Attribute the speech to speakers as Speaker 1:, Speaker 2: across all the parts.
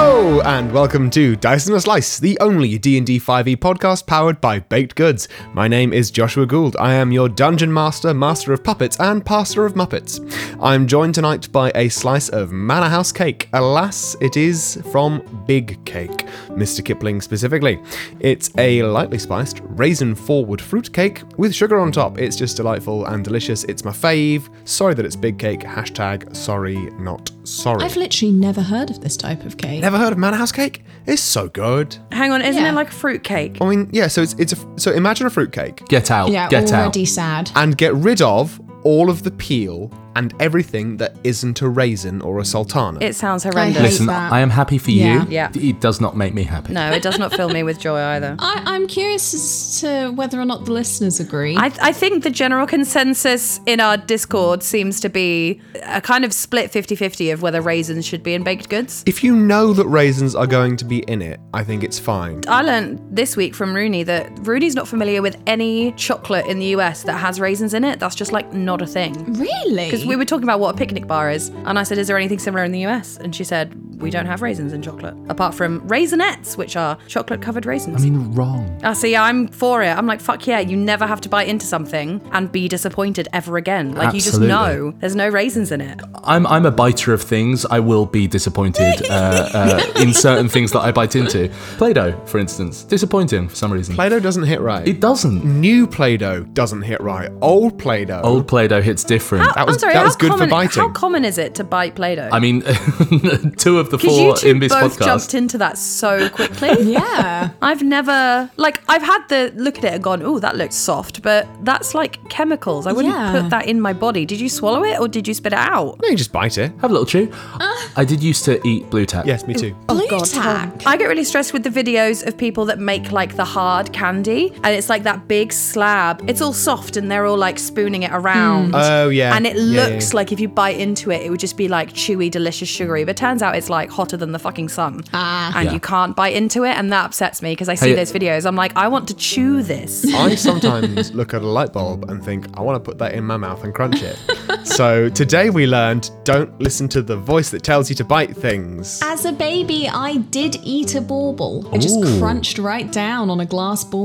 Speaker 1: and welcome to Dice and a Slice, the only D&D 5e E podcast powered by Baked Goods. My name is Joshua Gould. I am your dungeon master, master of puppets, and pastor of muppets. I'm joined tonight by a slice of Manor House cake. Alas, it is from Big Cake, Mr. Kipling specifically. It's a lightly spiced, raisin-forward fruit cake with sugar on top. It's just delightful and delicious. It's my fave. Sorry that it's Big Cake. Hashtag sorry, not sorry.
Speaker 2: I've literally never heard of this type of cake.
Speaker 1: Never heard of Manor House cake? It's so good.
Speaker 3: Hang on, isn't
Speaker 2: Yeah.
Speaker 3: it like a fruit cake?
Speaker 1: I mean, yeah. So it's it's a, so imagine a fruitcake
Speaker 4: Get out.
Speaker 2: Yeah,
Speaker 4: Get
Speaker 2: already
Speaker 4: out.
Speaker 2: sad.
Speaker 1: and get rid of all of the peel and everything that isn't a raisin or a sultana.
Speaker 3: It sounds
Speaker 2: I hate
Speaker 3: horrendous.
Speaker 4: Listen,
Speaker 2: that.
Speaker 4: I am happy for
Speaker 2: Yeah.
Speaker 4: you.
Speaker 3: Yeah.
Speaker 4: It does not make me happy.
Speaker 3: No, it does not fill me with joy either.
Speaker 2: I, I'm curious as to whether or not the listeners agree.
Speaker 3: I, I think the general consensus in our Discord seems to be a kind of split 50 50 of whether raisins should be in baked goods.
Speaker 1: if you know that raisins are going to be in it, I think it's fine.
Speaker 3: I learned this week from Rooney that Rooney's not familiar with any chocolate in the US that has raisins in it. That's just like not a thing.
Speaker 2: really?
Speaker 3: Because we were talking about what a picnic bar is, and I said, Is there anything similar in the US? And she said, We don't have raisins in chocolate, apart from raisinettes, which are chocolate covered raisins.
Speaker 4: I mean, wrong.
Speaker 3: I Ah, see, I'm for it. I'm like, fuck yeah, you never have to bite into something and be disappointed ever again. Like,
Speaker 4: Absolutely.
Speaker 3: you just know there's no raisins in it.
Speaker 4: I'm I'm a biter of things. I will be disappointed uh, uh, in certain things that I bite into. Play-Doh, for instance, disappointing for some reason.
Speaker 1: Play-Doh doesn't hit right.
Speaker 4: it doesn't.
Speaker 3: Mm-hmm.
Speaker 1: New Play-Doh doesn't hit right. Old Play-Doh.
Speaker 4: Old Play-Doh hits different.
Speaker 3: How-
Speaker 1: was-
Speaker 3: Oh, I'm sorry,
Speaker 1: that
Speaker 3: how
Speaker 1: was good for
Speaker 3: common,
Speaker 1: biting.
Speaker 3: How common is it to bite Play Doh?
Speaker 4: I mean, two of the
Speaker 3: Because
Speaker 4: four
Speaker 3: you two
Speaker 4: in this
Speaker 3: both
Speaker 4: podcast.
Speaker 3: jumped into that so quickly.
Speaker 2: yeah.
Speaker 3: I've never, like, I've had the look at it and gone, oh, that looks soft, but that's like chemicals. I wouldn't
Speaker 2: Yeah.
Speaker 3: put that in my body. Did you swallow it or did you spit it out?
Speaker 1: No, you just bite it.
Speaker 4: Have a little chew.
Speaker 3: Uh.
Speaker 4: I did used to eat blue tack.
Speaker 1: Yes, me too.
Speaker 2: Blue
Speaker 3: Oh God,
Speaker 2: tack.
Speaker 3: I get really stressed with the videos of people that make like the hard candy and it's like that big slab. It's all soft and they're all like spooning it around.
Speaker 1: Oh, yeah.
Speaker 3: And it
Speaker 1: Yeah, yeah,
Speaker 3: looks like if you bite into it, it would just be like chewy, delicious, sugary. But turns out it's like hotter than the fucking sun. Ah. And
Speaker 4: Yeah.
Speaker 3: you can't bite into it. And that upsets me because I see
Speaker 4: Hey-
Speaker 3: those videos. I'm like, I want to chew this.
Speaker 1: I sometimes look at a light bulb and think, I want to put that in my mouth and crunch it. so today we learned don't listen to the voice that tells you to bite things.
Speaker 2: As a baby, I did eat a bauble. I just
Speaker 4: Ooh.
Speaker 2: crunched right down on a glass bauble.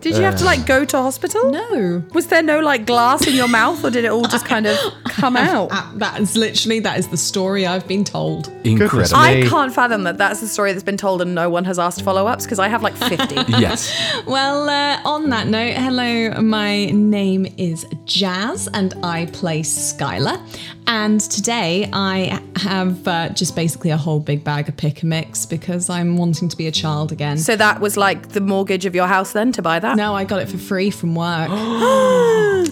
Speaker 3: Did you
Speaker 4: Uh.
Speaker 3: have to like go to hospital?
Speaker 2: No.
Speaker 3: Was there no like glass in your mouth or did it all just kind of come out?
Speaker 2: Uh, that is literally that is the story I've been told.
Speaker 4: Incredible.
Speaker 1: me.
Speaker 3: I can't fathom that that's the story that's been told and no one has asked follow ups because I have like 50.
Speaker 4: yes.
Speaker 2: Well, uh, on that note, hello. My name is Jazz, and I play Skylar. And today I have uh, just basically a whole big bag of pick a mix because I'm wanting to be a child again.
Speaker 3: so that was like the mortgage of your house then to buy that?
Speaker 2: no, I got it for free from work.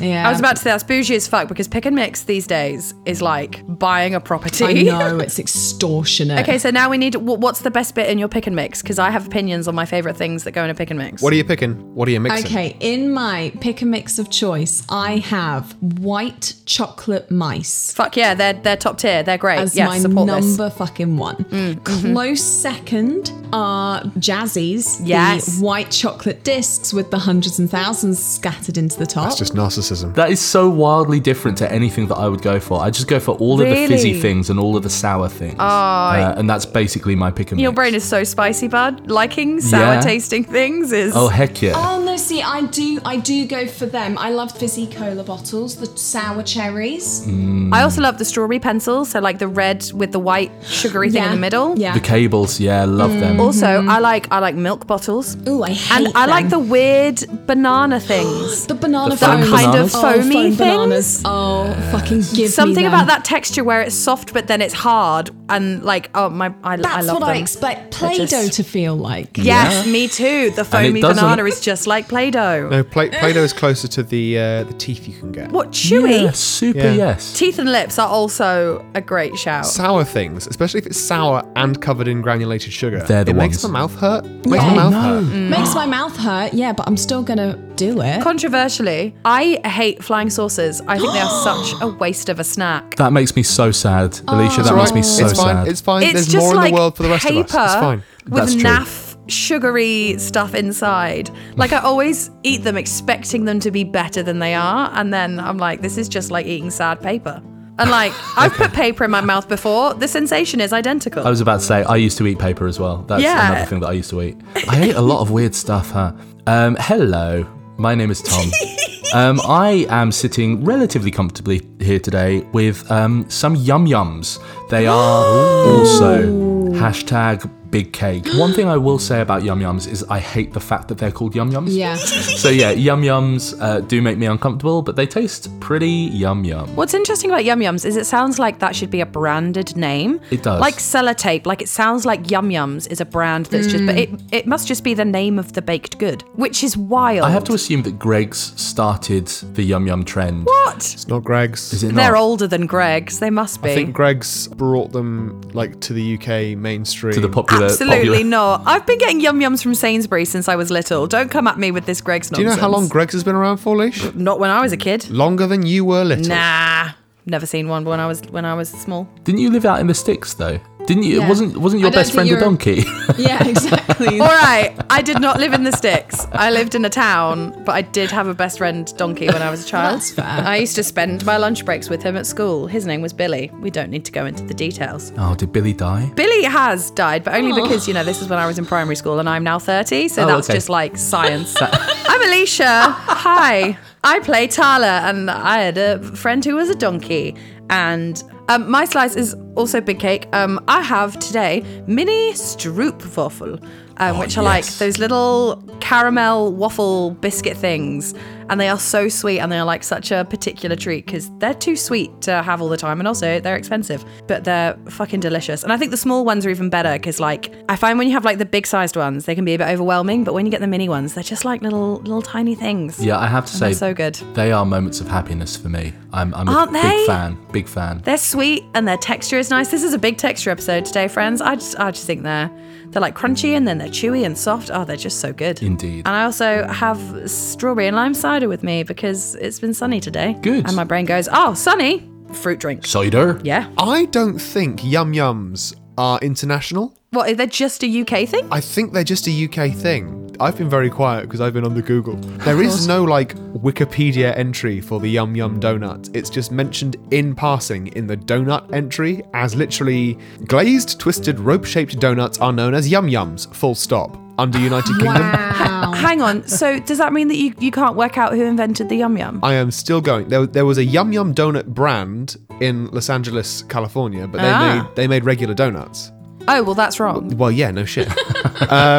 Speaker 2: yeah,
Speaker 3: I was about to say that's bougie as fuck because pick and mix these days is like buying a property.
Speaker 2: I know it's extortionate.
Speaker 3: Okay, so now we need. wh- What's the best bit in your pick and mix? Because I have opinions on my favorite things that go in a pick and mix.
Speaker 1: What are you picking? What are you mixing?
Speaker 2: Okay, in my pick a mix of choice, I have white chocolate mice
Speaker 3: Fuck yeah, they're they're top tier. They're great.
Speaker 2: as
Speaker 3: yes,
Speaker 2: my
Speaker 3: support Mm, mm-hmm. this.
Speaker 2: number fucking one. Close second are Jazzy's,
Speaker 3: Yes.
Speaker 2: the white chocolate discs with the hundreds and thousands scattered into the top.
Speaker 1: It's just narcissism.
Speaker 4: That is so wildly different to anything that I would go for. I just go for all of the fizzy
Speaker 3: Really? Oh,
Speaker 4: things and all of the sour things. Uh, and that's basically my pick and
Speaker 3: Your
Speaker 4: mix.
Speaker 3: brain is so spicy, bud. Liking sour
Speaker 4: Yeah.
Speaker 3: tasting things is.
Speaker 4: Oh, heck yeah.
Speaker 2: Oh no! See, I do, I do go for them. I love fizzy cola bottles, the sour
Speaker 4: Mm.
Speaker 2: cherries.
Speaker 3: I also love the strawberry pencils. So like the red with the white sugary thing in the middle.
Speaker 2: Yeah.
Speaker 4: The cables, yeah, love them.
Speaker 3: Also, I like I like milk bottles.
Speaker 2: Mm-hmm. Ooh, I hate
Speaker 3: and I like
Speaker 2: them.
Speaker 3: the weird banana things.
Speaker 2: The banana
Speaker 4: The foam
Speaker 2: foam
Speaker 4: kind of
Speaker 2: oh,
Speaker 3: foamy
Speaker 2: foam
Speaker 3: things?
Speaker 2: bananas. Oh, fucking give me
Speaker 3: Something
Speaker 2: them.
Speaker 3: about that texture where it's soft but then it's hard and like oh my I, I
Speaker 2: That's
Speaker 3: love
Speaker 2: what I
Speaker 3: them.
Speaker 2: expect
Speaker 3: They're
Speaker 2: Play-Doh
Speaker 3: just-
Speaker 2: to feel like.
Speaker 3: Yes, me too. The foamy
Speaker 4: doesn't-
Speaker 3: banana is just like Play-Doh.
Speaker 1: No, play, Play-Doh is closer to the uh, the teeth you can get.
Speaker 3: What chewy?
Speaker 4: Yeah, super
Speaker 1: Yeah.
Speaker 4: yes.
Speaker 3: Teeth and lips are also a great shout.
Speaker 1: Sour things, especially if it's sour and covered in granulated sugar,
Speaker 4: They're the
Speaker 1: it makes
Speaker 4: ones.
Speaker 1: the mouth hurt. Makes the
Speaker 2: Oh,
Speaker 1: mouth
Speaker 4: no. Mm.
Speaker 1: hurt.
Speaker 2: Makes my mouth hurt, yeah, but I'm still gonna do it.
Speaker 3: Controversially, I hate flying saucers. I think they are such a waste of a snack.
Speaker 4: That makes me so sad,
Speaker 3: Oh.
Speaker 4: Alicia. That
Speaker 1: It's
Speaker 4: makes me
Speaker 1: alright,
Speaker 4: so
Speaker 1: it's fine.
Speaker 4: sad.
Speaker 1: It's fine.
Speaker 3: It's
Speaker 1: There's
Speaker 3: just
Speaker 1: more
Speaker 3: like
Speaker 1: in the world for the rest of
Speaker 3: paper
Speaker 1: us. It's fine.
Speaker 4: That's
Speaker 3: with
Speaker 4: true.
Speaker 3: naff sugary stuff inside. Like I always eat them expecting them to be better than they are, and then I'm like, this is just like eating sad paper. And like, I've put paper in my mouth before. The sensation is identical.
Speaker 4: I was about to say I used to eat paper as well. That's
Speaker 3: Yeah.
Speaker 4: another thing that I used to eat. I ate a lot of weird stuff, huh? Um, hello, my name is Tom. um, I am sitting relatively comfortably here today with um, some yum yums. They are also hashtag big cake. One thing I will say about yum yums is I hate the fact that they're called yum yums.
Speaker 2: Yeah.
Speaker 4: So yeah, yum yums uh, do make me uncomfortable, but they taste pretty yum yum.
Speaker 3: What's interesting about Yum Yums is it sounds like that should be a branded name.
Speaker 4: It does.
Speaker 3: Like sellotape. Like it sounds like Yum Yums is a brand that's just, but it,
Speaker 1: Mm.
Speaker 3: it must just be the name of the baked good, which is wild.
Speaker 4: I have to assume that Greg's started the yum yum trend.
Speaker 3: What?
Speaker 1: It's not Greg's.
Speaker 4: Is it
Speaker 3: They're
Speaker 4: not?
Speaker 3: older than Greg's. They must be.
Speaker 1: I think Greg's brought them like to the UK mainstream.
Speaker 4: to the popular.
Speaker 3: Absolutely
Speaker 4: popular-
Speaker 3: not. I've been getting Yum Yums from Sainsbury's since I was little. Don't come at me with this Greg's
Speaker 1: Do you
Speaker 3: nonsense.
Speaker 1: know how long Greg's has been around for, Leish?
Speaker 3: Not when I was a kid.
Speaker 1: Longer than you were little.
Speaker 3: Nah. Never seen one when I was when I was small.
Speaker 4: Didn't you live out in the sticks though? Didn't you?
Speaker 2: Yeah.
Speaker 4: It wasn't wasn't your
Speaker 2: I don't
Speaker 4: best
Speaker 2: think
Speaker 4: friend a
Speaker 2: you're-
Speaker 4: donkey?
Speaker 2: Yeah, exactly.
Speaker 3: All right, I did not live in the sticks. I lived in a town, but I did have a best friend donkey when I was a child.
Speaker 2: That's fair.
Speaker 3: I used to spend my lunch breaks with him at school. His name was Billy. We don't need to go into the details.
Speaker 4: oh, did Billy die?
Speaker 3: Billy has died, but only because, you know, this is when I was in primary school and I'm now 30, so
Speaker 4: Oh,
Speaker 3: that's
Speaker 4: okay.
Speaker 3: just like science. I'm Alicia. Hi. I play Tala, and I had a friend who was a donkey. And um, my slice is also big cake. Um, I have today mini stroopwafel, um, which are like
Speaker 4: Oh, yes.
Speaker 3: those little caramel waffle biscuit things. And they are so sweet, and they are like such a particular treat because they're too sweet to have all the time, and also they're expensive, but they're fucking delicious. And I think the small ones are even better because, like, I find when you have like the big sized ones, they can be a bit overwhelming, but when you get the mini ones, they're just like little little tiny things.
Speaker 4: Yeah, I have to say,
Speaker 3: They're so good.
Speaker 4: they are moments of happiness for me. I'm, I'm a
Speaker 3: Aren't
Speaker 4: big
Speaker 3: they?
Speaker 4: fan, big fan.
Speaker 3: They're sweet and their texture is nice. This is a big texture episode today, friends. I just, I just think they're, they're like crunchy and then they're chewy and soft. Oh, they're just so good.
Speaker 4: Indeed.
Speaker 3: And I also have strawberry and lime cider with me because it's been sunny today.
Speaker 4: Good.
Speaker 3: And my brain goes, oh, sunny, fruit drink.
Speaker 4: Cider.
Speaker 3: Yeah.
Speaker 1: I don't think yum yums are international.
Speaker 3: What? They're just a UK thing.
Speaker 1: I think they're just a UK thing. I've been very quiet because I've been on the Google. There is no like Wikipedia entry for the yum yum donut. It's just mentioned in passing in the donut entry as literally glazed, twisted, rope shaped donuts are known as yum yums, full stop, under United Kingdom.
Speaker 4: Oh.
Speaker 2: Wow.
Speaker 3: Hang on. So does that mean that you, you can't work out who invented the yum yum?
Speaker 1: I am still going. There, there was a Yum Yum Donut brand in Los Angeles, California, but they
Speaker 3: Ah.
Speaker 1: made they made regular donuts.
Speaker 3: Oh, well, that's wrong.
Speaker 1: Well, yeah, no shit.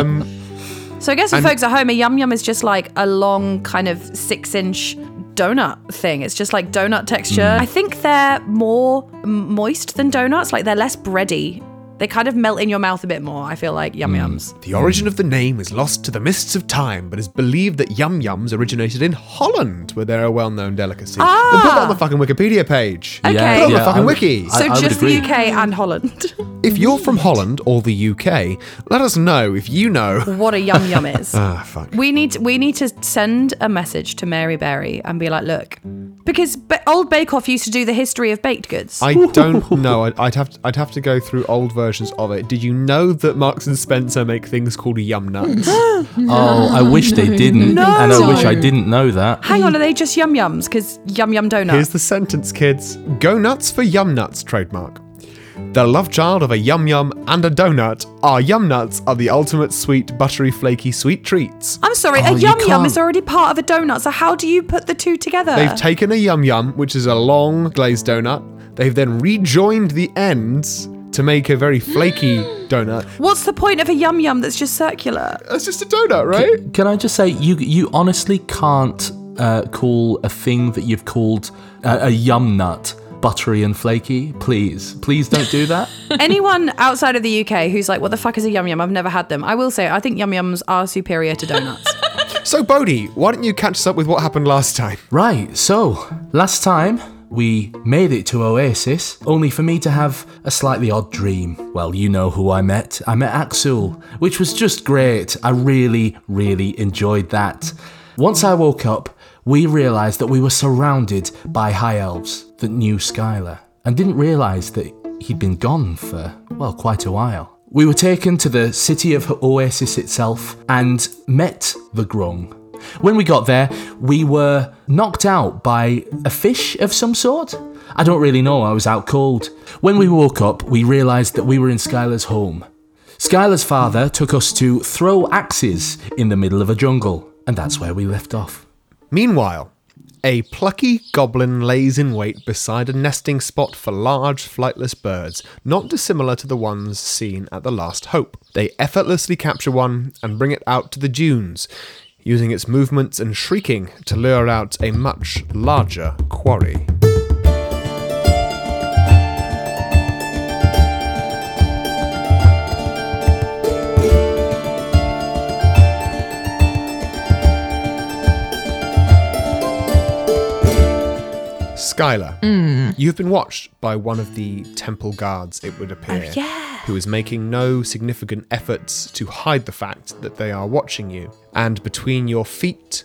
Speaker 3: So I guess for folks at home, a yum yum is just like a long kind of six inch donut thing. It's just like donut texture.
Speaker 4: Mm.
Speaker 3: I think they're more m- moist than donuts. Like they're less bready. They kind of melt in your mouth a bit more. I feel like
Speaker 4: Mm.
Speaker 3: yum yums.
Speaker 1: the origin of the name is lost to the mists of time, but is believed that Yum Yums originated in Holland, where they're a well-known delicacy. Then put that on the fucking Wikipedia page.
Speaker 3: Okay.
Speaker 1: Put it on
Speaker 3: Yeah,
Speaker 1: the fucking
Speaker 4: I would-
Speaker 1: wiki.
Speaker 4: I-
Speaker 3: So
Speaker 4: I would
Speaker 3: just the
Speaker 4: agree.
Speaker 3: UK and Holland.
Speaker 1: if you're from Holland or the UK, let us know if you know.
Speaker 3: what a yum yum is.
Speaker 1: Ah, fuck.
Speaker 3: We need we need to send a message to Mary Berry and be like, look, because ba- old Bake Off used to do the history of baked goods.
Speaker 1: I don't know. I'd, I'd have to, I'd have to go through old versions of it. Did you know that Marks and Spencer make things called yum nuts?
Speaker 4: Oh, I wish they didn't,
Speaker 3: No.
Speaker 4: and I wish I
Speaker 2: No.
Speaker 4: didn't know that.
Speaker 3: Hang on, are they just yum yums? Because yum yum donuts.
Speaker 1: Here's the sentence, kids. Go nuts for Yum Nuts trademark. The love child of a yum yum and a donut, our yum nuts are the ultimate sweet, buttery, flaky sweet treats.
Speaker 3: I'm sorry,
Speaker 4: Oh,
Speaker 3: a
Speaker 4: you
Speaker 3: yum yum is
Speaker 4: can't-
Speaker 3: already part of a donut. So how do you put the two together?
Speaker 1: They've taken a yum yum, which is a long glazed donut, they've then rejoined the ends to make a very flaky donut.
Speaker 3: What's the point of a yum yum that's just circular?
Speaker 1: That's just a donut, right?
Speaker 4: Can I just say, you you honestly can't uh, call a thing that you've called uh, a yum nut buttery and flaky. Please, please don't do that.
Speaker 3: Anyone outside of the UK who's like, what the fuck is a yum yum? I've never had them. I will say, I think yum yums are superior to donuts.
Speaker 1: So, Bodhi, why don't you catch us up with what happened last time?
Speaker 4: Right, so last time we made it to Oasis, only for me to have a slightly odd dream. Well, you know who I met. I met Axel, which was just great. I really, really enjoyed that. Once I woke up, we realised that we were surrounded by high elves that knew Skylar, and didn't realise that he'd been gone for, well, quite a while. We were taken to the city of Oasis itself and met the Grung. When we got there, we were knocked out by a fish of some sort. I don't really know, I was out cold. When we woke up, we realised that we were in Skylar's home. Skylar's father took us to throw axes in the middle of a jungle, and that's where we left off.
Speaker 1: Meanwhile, a plucky goblin lays in wait beside a nesting spot for large flightless birds, not dissimilar to the ones seen at the Last Hope. They effortlessly capture one and bring it out to the dunes, using its movements and shrieking to lure out a much larger quarry. Skylar, you've been watched by one of the temple guards, it would appear,
Speaker 3: yeah.
Speaker 1: who is making no significant efforts to hide the fact that they are watching you. And between your feet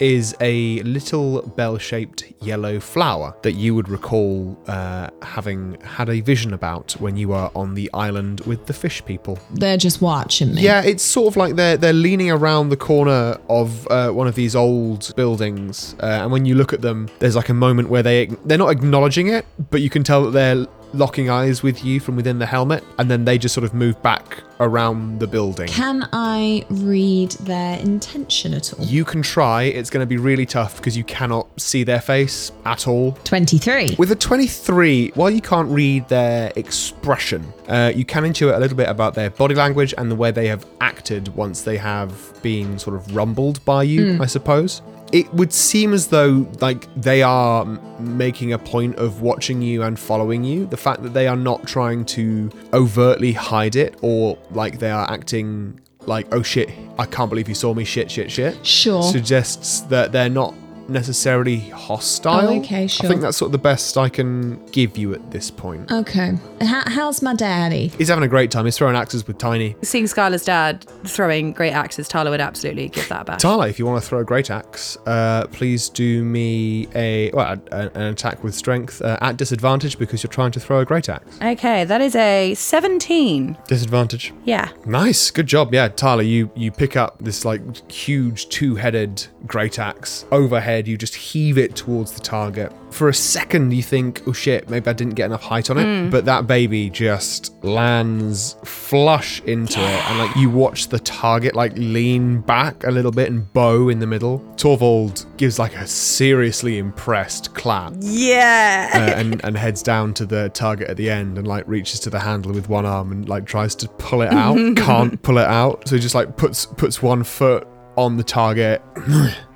Speaker 1: is a little bell shaped yellow flower that you would recall uh, having had a vision about when you were on the island with the fish people.
Speaker 2: They're just watching me.
Speaker 1: Yeah, it's sort of like they're they're leaning around the corner of uh, one of these old buildings, uh, and when you look at them, there's like a moment where they they're not acknowledging it, but you can tell that they're locking eyes with you from within the helmet, and then they just sort of move back around the building.
Speaker 2: Can I read their intention at all?
Speaker 1: You can try. It's going to be really tough because you cannot see their face at all.
Speaker 2: 23.
Speaker 1: With a 23, while you can't read their expression, uh, you can intuit a little bit about their body language and the way they have acted once they have been sort of rumbled by you, I suppose. It would seem as though like they are m- making a point of watching you and following you. The fact that they are not trying to overtly hide it or like they are acting like oh shit, I can't believe you saw me shit shit shit.
Speaker 2: Sure.
Speaker 1: Suggests that they're not necessarily hostile.
Speaker 2: Oh, okay,
Speaker 1: I think
Speaker 2: sure.
Speaker 1: that's sort of the best I can give you at this point.
Speaker 2: okay. How, how's my daddy?
Speaker 1: He's having a great time. He's throwing axes with Tiny.
Speaker 3: Seeing Skylar's dad throwing great axes, Tyler would absolutely give that back.
Speaker 1: Tala, if you want to throw a great axe, uh, please do me a well a- a- an attack with strength uh, at disadvantage because you're trying to throw a great axe.
Speaker 3: Okay, that is a 17.
Speaker 1: Disadvantage.
Speaker 3: Yeah.
Speaker 1: Nice, good job. Yeah, Tyler, you you pick up this like huge two-headed great axe overhead. You just heave it towards the target. For a second, you think, "Oh shit, maybe I didn't get enough height on it." But that baby just lands flush into it, and like you watch the target like lean back a little bit and bow in the middle. Torvald gives like a seriously impressed clap
Speaker 3: Yeah.
Speaker 1: uh, and, and heads down to the target at the end and like reaches to the handle with one arm and like tries to pull it out can't pull it out so he just like puts puts one foot on the target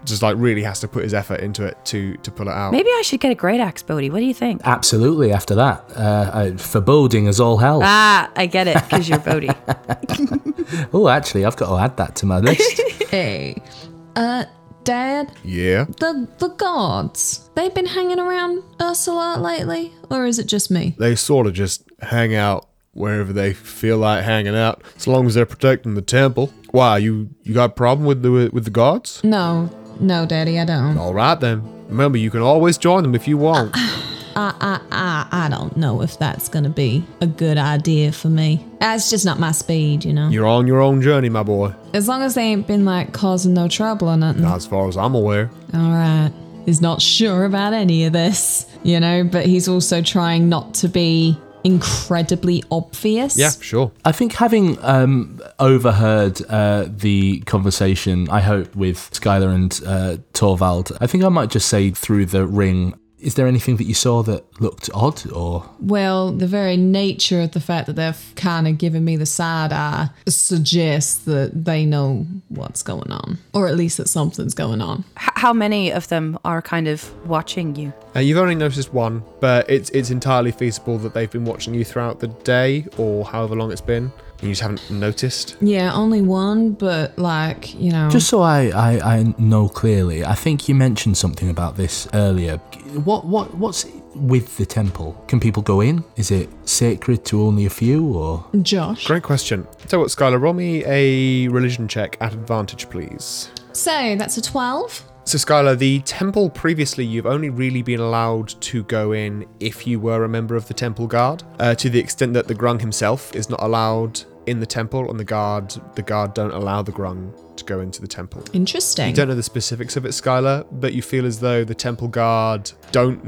Speaker 1: just like really has to put his effort into it to to pull it out
Speaker 3: Maybe I should get a great axe, Bodhi. What do you think?
Speaker 4: Uh, Absolutely, after that, uh, I, foreboding as all hell.
Speaker 3: Ah, I get it, because you're Bodhi.
Speaker 4: Oh, actually, I've got to add that to my list.
Speaker 2: Hey. Uh, Dad,
Speaker 1: yeah
Speaker 2: the, the gods, they've been hanging around us a lot lately? Or is it just me?
Speaker 1: they sort of just hang out wherever they feel like hanging out as long as they're protecting the temple why you you got a problem with the with the gods
Speaker 2: No. No, Daddy, I don't.
Speaker 1: all right then remember you can always join them if you want
Speaker 2: I, I, I, I don't know if that's going to be a good idea for me. That's just not my speed, you know?
Speaker 1: you're on your own journey my boy
Speaker 2: As long as they ain't been, like, causing no trouble or nothing.
Speaker 1: not as far as i'm aware
Speaker 2: All right. He's not sure about any of this, you know, but he's also trying not to be incredibly obvious.
Speaker 1: yeah sure
Speaker 4: I think having um, overheard uh, the conversation, I hope, with Skylar and uh, Torvald, I think I might just say through the ring. Is there anything that you saw that looked odd or
Speaker 2: Well, the very nature of the fact that they've kind of given me the side eye suggests that they know what's going on, or at least that something's going on.
Speaker 3: H- how many of them are kind of watching you?
Speaker 1: Uh, you've only noticed one, but it's it's entirely feasible that they've been watching you throughout the day or however long it's been, and you just haven't noticed.
Speaker 2: Yeah, only one, but like, you know.
Speaker 4: Just so I, I, I know clearly, I think you mentioned something about this earlier. What what what's with the temple? Can people go in? Is it sacred to only a few or
Speaker 2: Josh.
Speaker 1: Great question. So what, Skylar, roll me a religion check at advantage, please.
Speaker 2: So that's a 12.
Speaker 1: So Skylar, the temple previously you've only really been allowed to go in if you were a member of the temple guard, uh, to the extent that the Grung himself is not allowed in the temple, and the guard the guard don't allow the grung to go into the temple.
Speaker 2: Interesting.
Speaker 1: You don't know the specifics of it, Skylar, but you feel as though the temple guard don't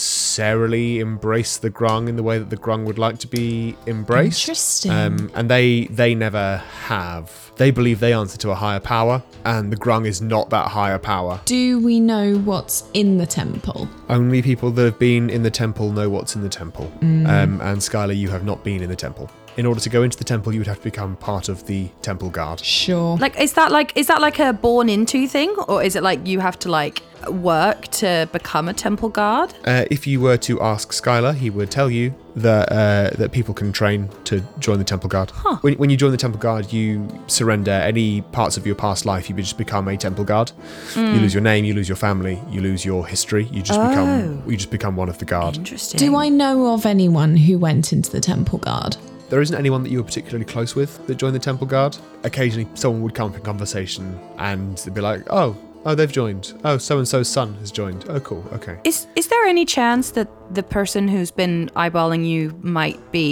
Speaker 1: necessarily embrace the grung in the way that the grung would like to be embraced.
Speaker 2: Interesting.
Speaker 1: Um, and they they never have. They believe they answer to a higher power, and the grung is not that higher power.
Speaker 2: Do we know what's in the temple?
Speaker 1: Only people that have been in the temple know what's in the temple. Um, and Skylar, you have not been in the temple. In order to go into the temple, you would have to become part of the temple guard.
Speaker 2: Sure.
Speaker 3: Like, is that like is that like a born into thing, or is it like you have to like work to become a temple guard?
Speaker 1: Uh, if you were to ask Skylar, he would tell you that uh, that people can train to join the temple guard. When, when you join the temple guard, you surrender any parts of your past life. You just become a temple guard.
Speaker 3: Mm.
Speaker 1: You lose your name, you lose your family, you lose your history. You just become
Speaker 3: Oh.
Speaker 1: you just become one of the
Speaker 2: Um,
Speaker 1: guard.
Speaker 3: Interesting.
Speaker 2: Do I know of anyone who went into the temple guard?
Speaker 1: There isn't anyone that you were particularly close with that joined the Temple Guard. Occasionally, someone would come up in conversation and they'd be like, "Oh, oh, they've joined. Oh, so and so's son has joined. Oh, cool. Okay."
Speaker 3: Is is there any chance that the person who's been eyeballing you might be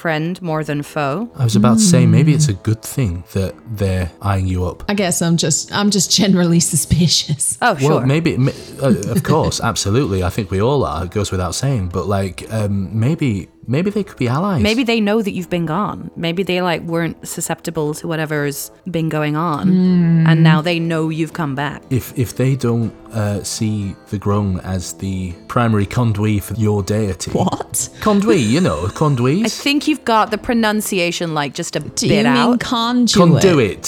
Speaker 3: friend more than foe?
Speaker 4: I was about to say maybe it's a good thing that they're eyeing you up.
Speaker 2: I guess I'm just I'm just generally suspicious.
Speaker 3: Oh, sure.
Speaker 4: Well, maybe, ma- uh, of course, absolutely. I think we all are. It goes without saying. But like, um, maybe, maybe they could be allies.
Speaker 3: Maybe they know that you've been gone. Maybe they like weren't susceptible to whatever's been going on,
Speaker 2: Hmm.
Speaker 3: and now they know you've come back.
Speaker 4: if if they don't uh, see the grung as the primary conduit for your deity,
Speaker 2: What?
Speaker 4: conduit? You know, conduits.
Speaker 3: I think you've got the pronunciation like just a
Speaker 2: Do you
Speaker 3: bit
Speaker 2: mean
Speaker 3: out.
Speaker 2: conduit?
Speaker 4: conduit,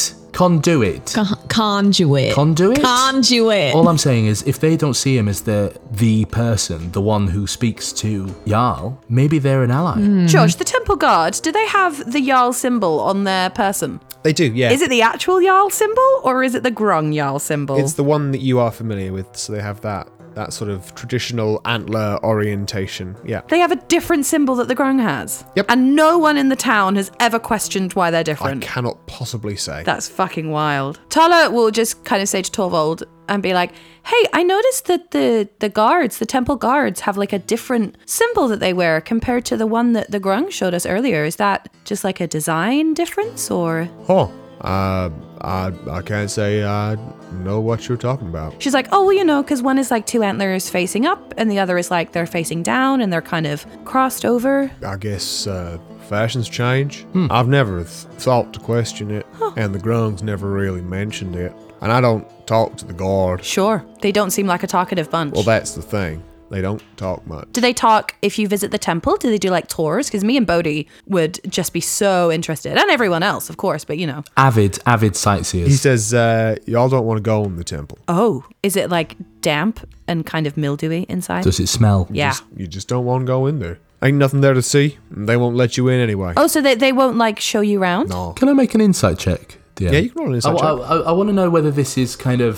Speaker 4: conduit.
Speaker 2: Con- conduit.
Speaker 4: Conduit?
Speaker 2: Conduit.
Speaker 4: all I'm saying is, if they don't see him as the the person, the one who speaks to Jarl, maybe they're an ally.
Speaker 2: Hmm.
Speaker 3: Josh, the temple guard, do they have the Jarl symbol on their person?
Speaker 1: They do, yeah.
Speaker 3: Is it the actual Jarl symbol or is it the Grung Jarl symbol?
Speaker 1: It's the one that you are familiar with, so they have that that sort of traditional antler orientation. Yeah.
Speaker 3: they have a different symbol that the Grung has.
Speaker 1: Yep.
Speaker 3: And no one in the town has ever questioned why they're
Speaker 1: I
Speaker 3: different.
Speaker 1: cannot possibly say.
Speaker 3: That's fucking wild. Tala will just kind of say to Torvald and be like, "Hey, I noticed that the the guards, the temple guards, have like a different symbol that they wear compared to the one that the Grung showed us earlier. Is that just like a design difference, or?"
Speaker 1: oh, uh, I I can't say I know what you're talking about.
Speaker 3: She's like, "Oh, well, you know, because one is like two antlers facing up, and the other is like they're facing down, and they're kind of crossed over."
Speaker 1: I guess uh, fashions change. I've never th- thought to question it, and the grungs never really mentioned it. And I don't talk to the guard.
Speaker 3: Sure, they don't seem like a talkative bunch.
Speaker 1: Well, that's the thing. They don't talk much.
Speaker 3: Do they talk if you visit the temple? Do they do like tours? Because me and Bodhi would just be so interested, and everyone else, of course. But you know,
Speaker 4: Avid, avid
Speaker 1: He
Speaker 4: sightseers.
Speaker 1: says, uh, "Y'all don't want to go in the temple.
Speaker 3: oh, is it like damp and kind of mildewy inside?
Speaker 4: Does it smell?
Speaker 3: yeah.
Speaker 1: You just don't want to go in there. Ain't nothing there to see. And they won't let you in anyway.
Speaker 3: Oh, so they, they won't like show you around?
Speaker 1: No.
Speaker 4: Can I make an insight check? DM?
Speaker 1: Yeah, you can roll an
Speaker 4: I,
Speaker 1: insight check.
Speaker 4: want to know whether this is kind of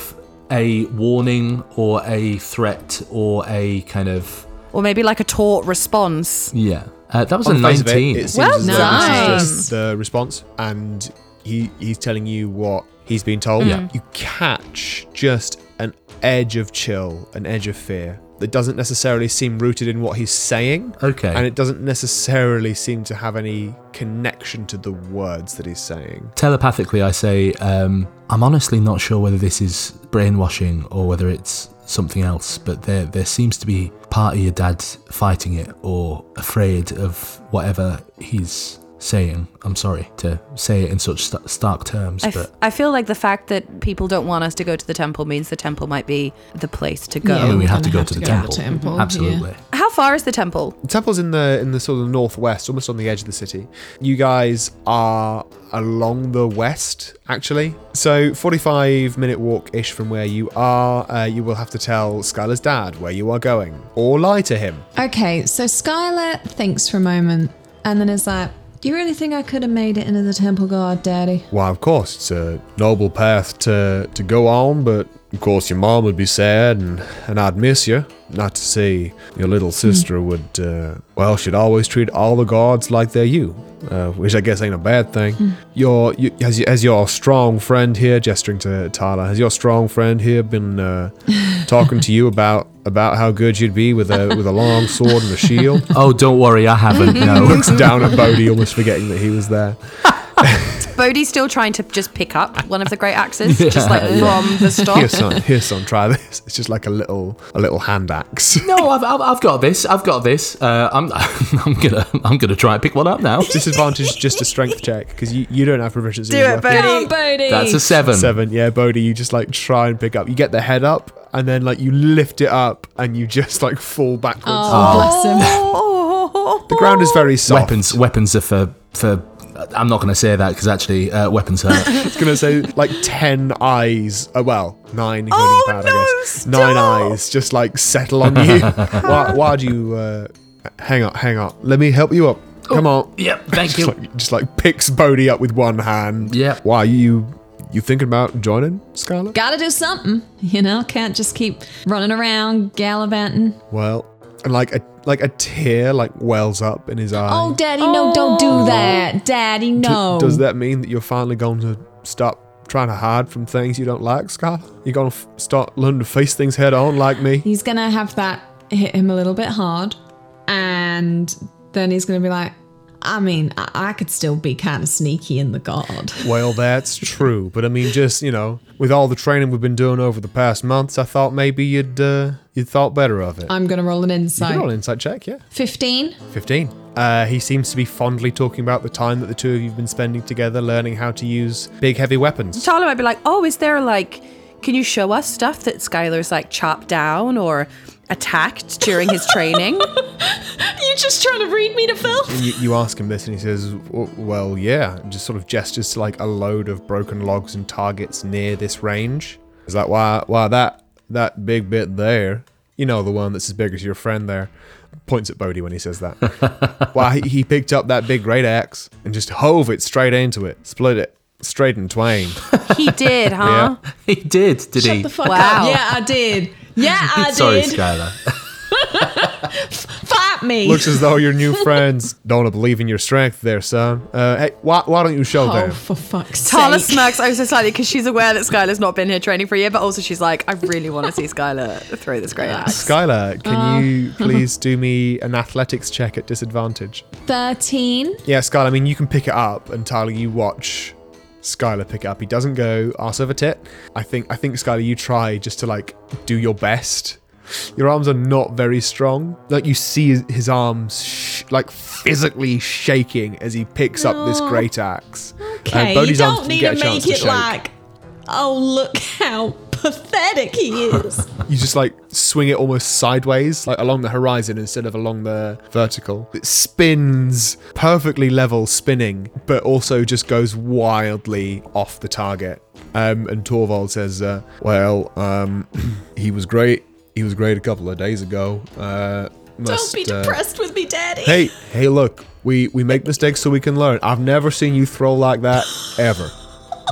Speaker 4: a warning or a threat or a kind of
Speaker 3: Or maybe like a taught response?
Speaker 4: yeah. Uh, that was
Speaker 1: On
Speaker 4: a
Speaker 1: the face of it,
Speaker 4: nineteen.
Speaker 1: it seems
Speaker 3: Well
Speaker 1: as though this is
Speaker 2: done.
Speaker 1: just the response, and he he's telling you what he's been told.
Speaker 4: Yeah.
Speaker 3: Mm.
Speaker 1: You catch just an edge of chill, an edge of fear that doesn't necessarily seem rooted in what he's saying.
Speaker 4: Okay.
Speaker 1: And it doesn't necessarily seem to have any connection to the words that he's saying.
Speaker 4: Telepathically, I say um, I'm honestly not sure whether this is brainwashing or whether it's something else, but there there seems to be part of your dad fighting it or afraid of whatever he's saying. I'm sorry to say it in such st- stark terms,
Speaker 3: I, f-
Speaker 4: but
Speaker 3: I feel like the fact that people don't want us to go to the temple means the temple might be the place to go.
Speaker 2: Yeah.
Speaker 4: I mean, we
Speaker 2: we're
Speaker 4: have to
Speaker 2: gonna
Speaker 4: go
Speaker 2: have
Speaker 4: to
Speaker 2: to
Speaker 4: the
Speaker 2: go to the
Speaker 4: temple.
Speaker 2: temple,
Speaker 4: Absolutely.
Speaker 3: How far is the temple?
Speaker 1: The temple's in the in the sort of northwest, almost on the edge of the city. You guys are along the west, actually. So, 45 minute walk ish from where you are. Uh, you will have to tell Skylar's dad where you are going, or lie to him.
Speaker 2: Okay, so Skylar thinks for a moment and then is like, Do you really think I could have made it into the temple guard, Daddy?
Speaker 1: Why, of course, it's a noble path to to go on, but of course your mom would be sad, and and I'd miss you. Not to say your little sister would, uh, well, she'd always treat all the guards like they're you, uh, which I guess ain't a bad thing. Your you, has y- has your strong friend here, gesturing to Tyler, has your strong friend here been uh, talking to you about about how good you'd be with a with a long sword and a shield?
Speaker 4: Oh, don't worry, I haven't. No.
Speaker 1: Looks down at Bodhi, almost forgetting that he was there.
Speaker 3: Bodhi's still trying to just pick up one of the great axes, just like
Speaker 4: Yeah,
Speaker 3: from the stock.
Speaker 1: Here, son, here, son, try this. It's just like a little, a little hand axe.
Speaker 4: No, I've, I've, I've got this. I've got this. Uh, I'm I'm gonna I'm gonna try and pick one up now.
Speaker 1: Disadvantage, just a strength check because you, you don't have proficiency.
Speaker 3: Do
Speaker 1: in weapons.
Speaker 3: it, Bodhi.
Speaker 2: Come on, Bodhi.
Speaker 4: That's a seven.
Speaker 1: Seven, yeah, Bodhi. You just like try and pick up. You get the head up, and then like you lift it up, and you just like fall backwards.
Speaker 2: Oh, bless him.
Speaker 3: Oh.
Speaker 1: The ground is very soft.
Speaker 4: Weapons weapons are for for. I'm not gonna say that because actually uh, weapons hurt.
Speaker 1: It's gonna say like ten eyes. Uh, well, nine including
Speaker 3: Oh,
Speaker 1: Pat,
Speaker 3: no,
Speaker 1: I guess.
Speaker 3: stop.
Speaker 1: Nine eyes just like settle on you. why, why do you? Uh, hang on, hang on. Let me help you up. Come
Speaker 3: Oh,
Speaker 1: on.
Speaker 4: yep. Thank
Speaker 1: Just
Speaker 4: you.
Speaker 1: like, just like picks Bodhi up with one hand.
Speaker 4: Yep.
Speaker 1: Why you? You thinking about joining Scarlet?
Speaker 2: Gotta do something. You know, can't just keep running around gallivanting.
Speaker 1: Well, and like a like a tear like wells up in his eye.
Speaker 2: Oh, Daddy, no, don't do that. Daddy,
Speaker 1: D-
Speaker 2: no.
Speaker 1: Does that mean that you're finally going to stop trying to hide from things you don't like, Scarlet? You're going to f- start learning to face things head on like me?
Speaker 2: he's gonna have that hit him a little bit hard and then he's gonna be like i mean i, I could still be kind of sneaky in the guard
Speaker 1: Well, that's true. But I mean, just you know, with all the training we've been doing over the past months, I thought maybe you'd uh, you thought better of it.
Speaker 2: i'm gonna roll an
Speaker 1: You can roll an
Speaker 2: insight
Speaker 1: insight check, yeah.
Speaker 2: 15
Speaker 1: Fifteen. Uh, he seems to be fondly talking about the time that the two of you've been spending together, learning how to use big, heavy weapons.
Speaker 3: Tyler might be like, oh, is there like, can you show us stuff that Skylar's like chopped down or attacked during his training?
Speaker 2: you just trying to read me to filth
Speaker 1: You, you ask him this, and he says, "W- "Well, yeah." and Just sort of gestures to like a load of broken logs and targets near this range. Is that why? Why that that big bit there? You know, the one that's as big as your friend there. Points at Bodhi when he says that. why he, he picked up that big great axe and just hove it straight into it, split it straight in twain.
Speaker 3: he did, huh?
Speaker 4: He did, did he?
Speaker 2: the fuck
Speaker 3: Wow.
Speaker 2: up yeah i did yeah i
Speaker 4: Sorry,
Speaker 2: did
Speaker 4: Skylar.
Speaker 2: fight me
Speaker 1: Looks as though your new friends don't believe in your strength, there, son. Uh, hey, why, why don't you show
Speaker 2: oh
Speaker 1: them?
Speaker 2: for fuck's
Speaker 3: Tala
Speaker 2: sake
Speaker 3: smirks oh so slightly because she's aware that Skylar's not been here training for a year, but also she's like, I really want to see Skylar throw this great axe.
Speaker 1: Skylar, can
Speaker 2: Uh.
Speaker 1: you please do me an athletics check at disadvantage?
Speaker 2: 13
Speaker 1: Yeah, Skylar, I mean, you can pick it up and Tyler, you watch Skylar pick it up. He doesn't go arse over tit. I think, I think Skylar, you try just to like do your best. Your arms are not very strong. Like you see his, his arms sh- like physically shaking as he picks up this
Speaker 2: Aw.
Speaker 1: great axe.
Speaker 2: okay you
Speaker 1: Bodhi's arms didn't
Speaker 2: don't need
Speaker 1: get
Speaker 2: to
Speaker 1: a chance
Speaker 2: make
Speaker 1: to
Speaker 2: it
Speaker 1: shake.
Speaker 2: like oh look how pathetic he is
Speaker 1: You just like swing it almost sideways, like along the horizon instead of along the vertical. It spins perfectly level, spinning, but also just goes wildly off the target. Um, and Torvald says, uh, "Well, um, he was great. He was great a couple of days ago. Uh,
Speaker 2: don't
Speaker 1: must,
Speaker 2: be
Speaker 1: uh,
Speaker 2: depressed with me daddy
Speaker 1: hey, hey, look, we we make mistakes so we can learn. I've never seen you throw like that ever."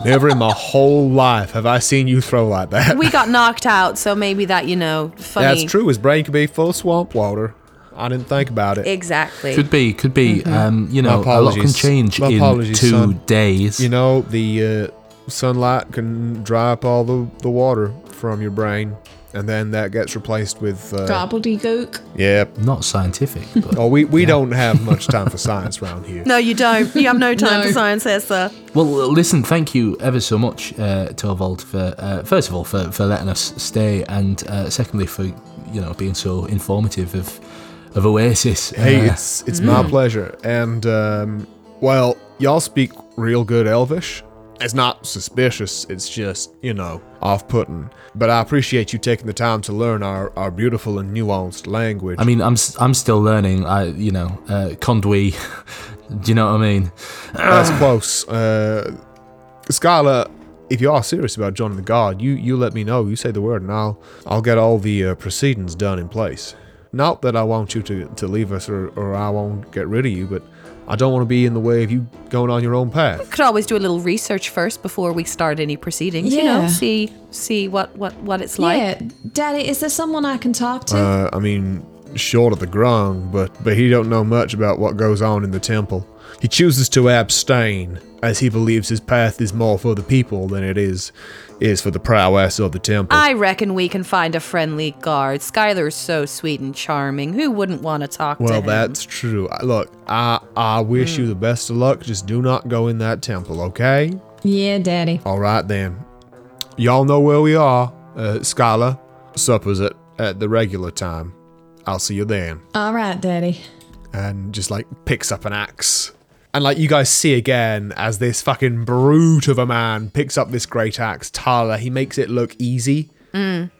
Speaker 1: Never in my whole life have I seen you throw like that.
Speaker 3: We got knocked out, so maybe that, you know, funny.
Speaker 1: That's true. His brain could be full of swamp water. I didn't think about it.
Speaker 3: Exactly.
Speaker 4: Could be, could be. Um, you know, a lot can
Speaker 1: apologies.
Speaker 4: change
Speaker 1: My
Speaker 4: in
Speaker 1: apologies,
Speaker 4: two
Speaker 1: son.
Speaker 4: days.
Speaker 1: you know, the uh, sunlight can dry up all the, the water from your brain, and then that gets replaced with. Uh,
Speaker 2: gobbledygook
Speaker 1: Yep.
Speaker 4: Not scientific, but
Speaker 1: Oh, we, we don't have much time for science around here.
Speaker 3: no, you don't. You have no time
Speaker 2: No.
Speaker 3: for science here, sir.
Speaker 4: Well, listen, thank you ever so much, uh, Torvald, for uh, first of all for, for letting us stay, and uh, secondly for you know being so informative of of Oasis.
Speaker 1: Hey,
Speaker 4: Uh,
Speaker 1: it's it's my pleasure. And um, well, y'all speak real good Elvish. It's not suspicious. It's just you know off-putting. But I appreciate you taking the time to learn our, our beautiful and nuanced language.
Speaker 4: I mean, I'm s- I'm still learning. I you know, uh, Conduit. Do you know what I mean?
Speaker 1: That's close. Uh, Skylar, if you are serious about joining the guard, you you let me know. You say the word, and I'll I'll get all the uh, proceedings done in place. Not that I want you to to leave us, or or I won't get rid of you, but I don't want to be in the way of you going on your own path.
Speaker 3: Could always do a little research first before we start any proceedings. You know,
Speaker 2: Yeah.
Speaker 3: see see what what what it's like.
Speaker 2: yeah daddy is there someone i can talk to
Speaker 1: Uh, I mean, short of the grung, but but he don't know much about what goes on in the temple. He chooses to abstain, as he believes his path is more for the people than it is is for the prowess of the temple.
Speaker 3: I reckon we can find a friendly guard. Skylar's so sweet and charming. Who wouldn't want to talk to
Speaker 1: well,
Speaker 3: him? Hmm.
Speaker 1: that's true. I- Look, I I wish you the best of luck. Just do not go in that temple, okay?
Speaker 2: Yeah, daddy.
Speaker 1: All right then. Y'all know where we are, uh, Skylar. Supper's at, at the regular time. I'll see you then.
Speaker 2: All right, daddy.
Speaker 1: and just like picks up an axe. And like you guys see again as this fucking brute of a man picks up this great axe, Tala, he makes it look easy.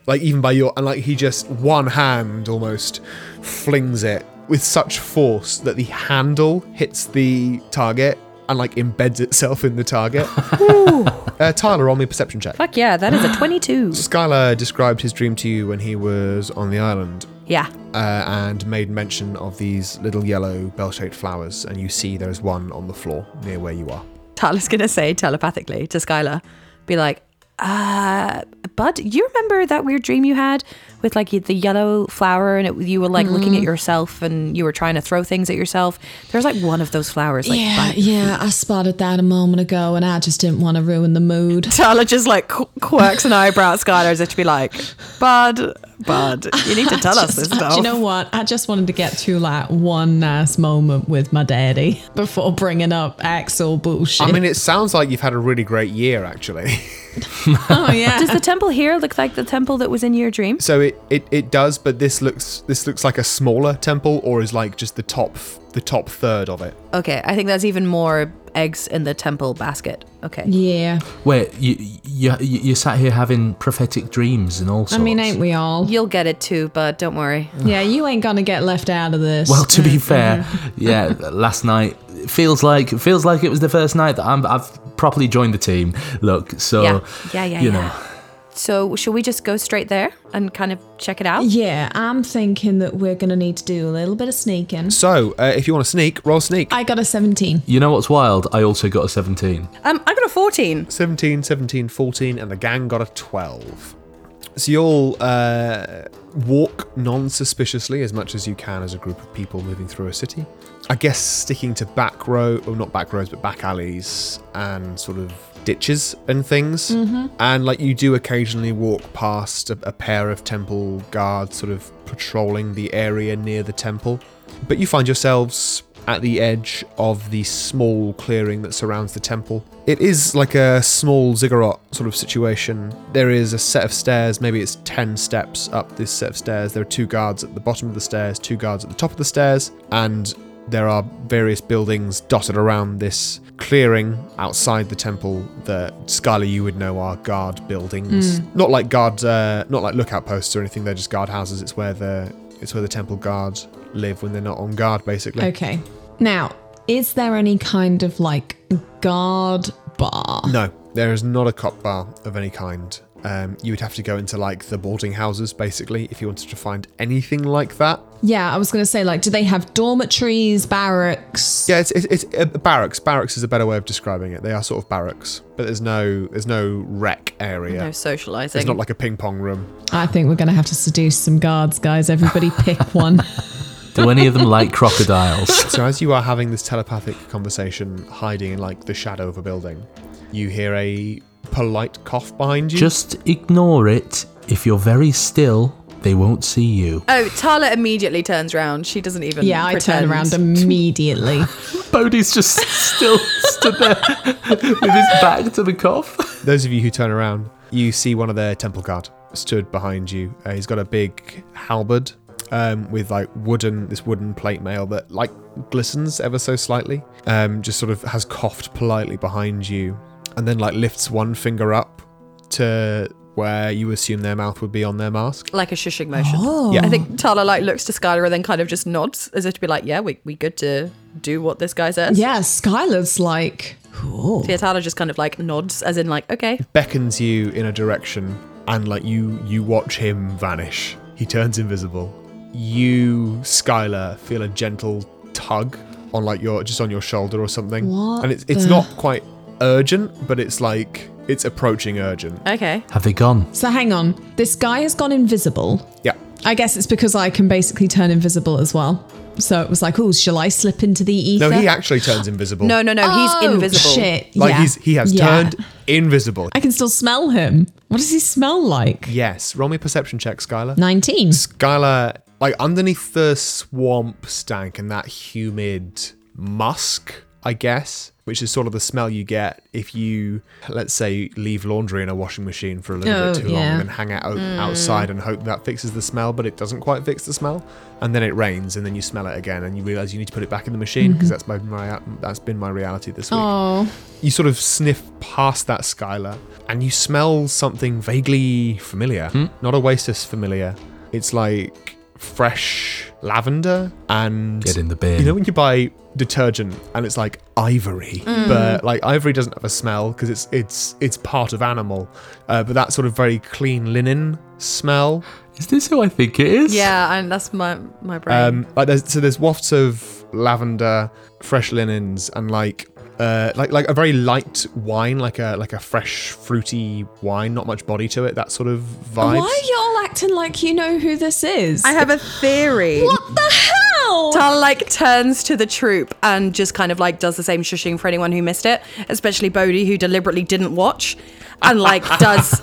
Speaker 1: Like even by your and like he just one hand almost flings it with such force that the handle hits the target and like embeds itself in the target. uh, Tyler, roll me a perception check.
Speaker 3: Fuck yeah, that is a 22.
Speaker 1: Skylar described his dream to you when he was on the island
Speaker 3: yeah.
Speaker 1: uh, and made mention of these little yellow bell shaped flowers, and you see there is one on the floor near where you are.
Speaker 3: Tala's going to say telepathically to Skylar, be like, uh, Bud, you remember that weird dream you had with like the yellow flower and it, you were like looking
Speaker 2: Mm-hmm.
Speaker 3: at yourself and you were trying to throw things at yourself? There's like one of those flowers. Like,
Speaker 2: Yeah, yeah, I spotted that a moment ago and I just didn't want to ruin the mood.
Speaker 3: Tala just like qu- quirks an eyebrow at Skylar as if to be like, Bud, Bud, you need to tell us this
Speaker 2: Just- uh,
Speaker 3: stuff.
Speaker 2: do you know what? I just wanted to get through like one nice moment with my daddy before bringing up Axel bullshit.
Speaker 1: I mean, it sounds like you've had a really great year, actually.
Speaker 2: oh yeah.
Speaker 3: Does the temple here look like the temple that was in your dream?
Speaker 1: so it, it, it does, but this looks this looks like a smaller temple, or is like just the top f- the top third of it.
Speaker 3: Okay, I think that's even more eggs in the temple basket. Okay.
Speaker 2: yeah.
Speaker 4: Wait, you you you you sat here having prophetic dreams and all sorts.
Speaker 2: I mean, ain't we all?
Speaker 3: You'll get it too, Bud, don't worry.
Speaker 2: Yeah, you ain't gonna get left out of this.
Speaker 4: Well, to be fair, yeah, last night it feels like it feels like it was the first night that I'm, I've properly joined the team. Look, so
Speaker 3: Yeah. Yeah, yeah,
Speaker 4: you
Speaker 3: yeah.
Speaker 4: know,
Speaker 3: So, should we just go straight there and kind of check it out?
Speaker 2: yeah, I'm thinking that we're gonna need to do a little bit of sneaking.
Speaker 1: So uh, if you want to sneak, roll sneak.
Speaker 2: I got a 17.
Speaker 4: you know what's wild? I also got a 17.
Speaker 3: Um, I got a 14.
Speaker 1: 17, 17, 14, and the gang got a 12. So you'll uh, walk non suspiciously as much as you can as a group of people moving through a city. I guess sticking to back row, or not back roads, but back alleys and sort of ditches and things. And like you do occasionally walk past a, a pair of temple guards sort of patrolling the area near the temple. But you find yourselves at the edge of the small clearing that surrounds the temple. It is like a small ziggurat sort of situation. There is a set of stairs, maybe it's 10 steps up this set of stairs. There are two guards at the bottom of the stairs, two guards at the top of the stairs, and there are various buildings dotted around this clearing outside the temple that Skylar you would know are guard buildings. Not like guard uh, not like lookout posts or anything, they're just guard houses. It's where the it's where the temple guards live when they're not on guard basically.
Speaker 2: Okay. Now, is there any kind of like guard bar?
Speaker 1: No, there is not a cop bar of any kind. Um, you would have to go into like the boarding houses basically if you wanted to find anything like that.
Speaker 2: Yeah, I was gonna say like, do they have dormitories, barracks?
Speaker 1: Yeah, it's, it's, it's uh, barracks. Barracks is a better way of describing it. They are sort of barracks, but there's no there's no rec area.
Speaker 3: No socializing.
Speaker 1: It's not like a ping pong room.
Speaker 2: I think we're gonna have to seduce some guards, guys. Everybody pick one.
Speaker 4: Do any of them like crocodiles?
Speaker 1: So as you are having this telepathic conversation, hiding in like the shadow of a building, you hear a polite cough behind you.
Speaker 4: Just ignore it. If you're very still, they won't see you.
Speaker 3: oh, Tala immediately turns around. She doesn't even.
Speaker 2: Yeah, I turn
Speaker 3: pretend.
Speaker 2: around immediately.
Speaker 4: Bodhi's just still stood there with his back to the cough.
Speaker 1: Those of you who turn around, you see one of their temple guard stood behind you. Uh, he's got a big halberd um, with like wooden, this wooden plate mail that like glistens ever so slightly. Um, just sort of has coughed politely behind you, and then like lifts one finger up to where you assume their mouth would be on their mask.
Speaker 3: Like a shushing motion.
Speaker 2: Oh.
Speaker 1: Yeah.
Speaker 3: I think Tala like looks to Skylar and then kind of just nods as if to be like, yeah, we, we good to do what this guy says.
Speaker 2: yeah, Skylar's like, oh,
Speaker 3: So yeah, Tala just kind of like nods as in like, okay.
Speaker 1: beckons you in a direction and like you you watch him vanish he turns invisible you skylar feel a gentle tug on like your just on your shoulder or something
Speaker 2: What
Speaker 1: and it's it's
Speaker 2: the-
Speaker 1: not quite urgent but it's like it's approaching urgent
Speaker 3: Okay.
Speaker 4: Have they gone?
Speaker 2: So hang on, this guy has gone invisible.
Speaker 1: yeah
Speaker 2: I guess it's because I can basically turn invisible as well. up. So it was like, oh, shall I slip into the ether?
Speaker 1: No, he actually turns invisible.
Speaker 3: No, no, no. he's
Speaker 2: Oh,
Speaker 3: invisible.
Speaker 2: Shit.
Speaker 1: Like
Speaker 2: yeah.
Speaker 1: he's he has
Speaker 2: Yeah.
Speaker 1: turned invisible.
Speaker 2: I can still smell him. What does he smell like?
Speaker 1: Yes. Roll me a perception check, Skylar.
Speaker 2: 19.
Speaker 1: Skylar, like underneath the swamp stank and that humid musk, I guess, which is sort of the smell you get if you, let's say, leave laundry in a washing machine for a little
Speaker 2: Oh,
Speaker 1: bit too long
Speaker 2: yeah. Hmm.
Speaker 1: and then hang out outside and hope that fixes the smell, but it doesn't quite fix the smell. And then it rains, and then you smell it again, and you realize you need to put it back in the machine
Speaker 2: Mm-hmm.
Speaker 1: because that's my, my that's been my reality this week
Speaker 2: Oh,
Speaker 1: you sort of sniff past that Skylar and you smell something vaguely familiar.
Speaker 4: Hmm?
Speaker 1: Not Oasis familiar. It's like fresh lavender and.
Speaker 4: Get in the bin.
Speaker 1: You know when you buy detergent and it's like ivory, but like ivory doesn't have a smell because it's it's it's part of animal, uh, but that sort of very clean linen smell.
Speaker 4: Is this who I think it is?
Speaker 3: Yeah, and that's my my brain.
Speaker 1: Um, like there's, so there's wafts of lavender, fresh linens, and like uh, like like a very light wine, like a like a fresh fruity wine, not much body to it. That sort of
Speaker 2: why
Speaker 1: vibe.
Speaker 2: are y'all acting like you know who this is?
Speaker 3: I have a theory.
Speaker 2: what the hell?
Speaker 3: Tal like turns to the troop and just kind of like does the same shushing for anyone who missed it, especially Bodhi who deliberately didn't watch and like does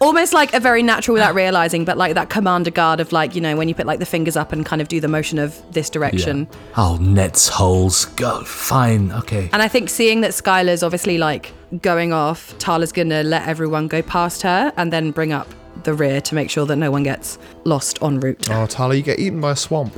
Speaker 3: almost like a very natural without realizing, but like that commander guard of like you know when you put like the fingers up and kind of do the motion of this direction.
Speaker 4: Oh, nets holes. Go fine. Okay.
Speaker 3: And I think seeing that Skylar's obviously like going off, Tala's gonna let everyone go past her and then bring up the rear to make sure that no one gets lost en route.
Speaker 1: Oh, Tala, you get eaten by a swamp.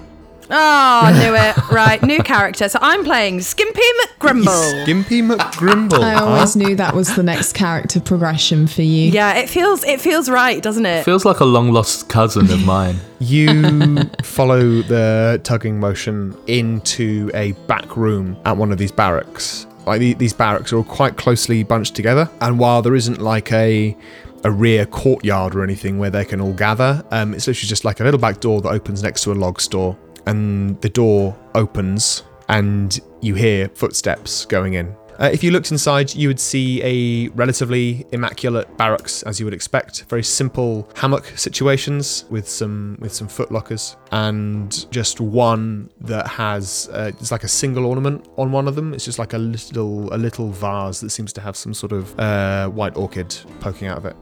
Speaker 3: Oh, I knew it. Right, new character. So I'm playing Skimpy McGrimble.
Speaker 1: Skimpy McGrimble.
Speaker 2: I always knew that was the next character progression for you.
Speaker 3: Yeah, it feels it feels right, doesn't it?
Speaker 4: Feels like a long lost cousin of mine.
Speaker 1: You follow the tugging motion into a back room at one of these barracks. Like the- these barracks are all quite closely bunched together, and while there isn't like a a rear courtyard or anything where they can all gather, um, it's literally just like a little back door that opens next to a log store, and the door opens, and you hear footsteps going in. Uh, if you looked inside, you would see a relatively immaculate barracks, as you would expect. Very simple hammock situations with some with some foot lockers, and just one that has uh, it's like a single ornament on one of them. It's just like a little a little vase that seems to have some sort of uh, white orchid poking out of it.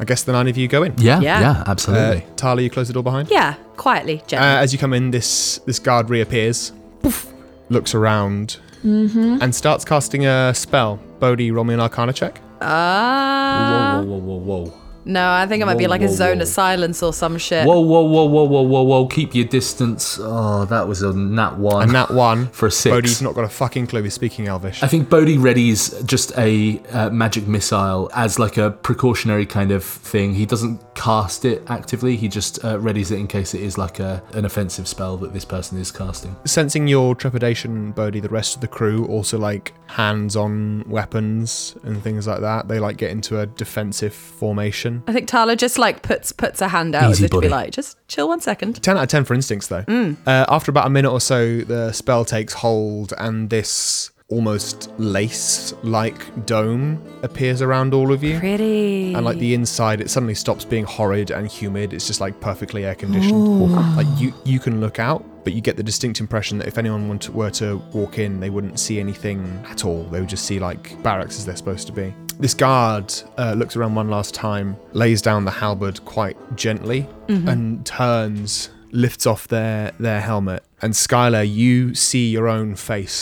Speaker 1: I guess the nine of you go in.
Speaker 4: Yeah.
Speaker 3: Yeah.
Speaker 4: Yeah.
Speaker 1: Uh,
Speaker 4: absolutely.
Speaker 1: Tala, you close the door behind.
Speaker 3: Yeah, quietly,
Speaker 1: Uh,
Speaker 3: Jen.
Speaker 1: as you come in, this this guard reappears, poof, looks around,
Speaker 4: Mm-hmm.
Speaker 1: and starts casting a spell. Bodhi, roll me an Arcana check.
Speaker 3: Ah,
Speaker 4: Uh, whoa, whoa, whoa, whoa.
Speaker 3: no, I think it might be
Speaker 4: Whoa,
Speaker 3: like a
Speaker 4: whoa,
Speaker 3: zone
Speaker 4: whoa.
Speaker 3: of silence or some shit.
Speaker 4: Whoa, whoa, whoa, whoa, whoa, whoa, whoa. Keep your distance. Oh, that was a nat one.
Speaker 1: And that one
Speaker 4: For a six.
Speaker 1: Bodhi's not got a fucking clue. He's speaking Elvish.
Speaker 4: I think Bodhi readies just a uh, magic missile as like a precautionary kind of thing. He doesn't cast it actively. He just uh, readies it in case it is like a, an offensive spell that this person is casting.
Speaker 1: Sensing your trepidation, Bodhi, the rest of the crew also like hands on weapons and things like that. They like get into a defensive formation.
Speaker 3: I think Tala just like puts puts her hand out
Speaker 4: Easy,
Speaker 3: as if to be
Speaker 4: buddy.
Speaker 3: like, just chill one second.
Speaker 1: 10 out of 10 for instincts, though.
Speaker 4: Mm.
Speaker 1: Uh, after about a minute or so, the spell takes hold, and this almost lace like dome appears around all of you.
Speaker 3: Pretty.
Speaker 1: and like the inside it suddenly stops being horrid and humid it's just like perfectly air conditioned
Speaker 3: Oh.
Speaker 1: like you you can look out but you get the distinct impression that if anyone want were to walk in they wouldn't see anything at all they would just see like barracks as they're supposed to be this guard uh, looks around one last time lays down the halberd quite gently
Speaker 3: Mm-hmm.
Speaker 1: and turns lifts off their their helmet and skylar you see your own face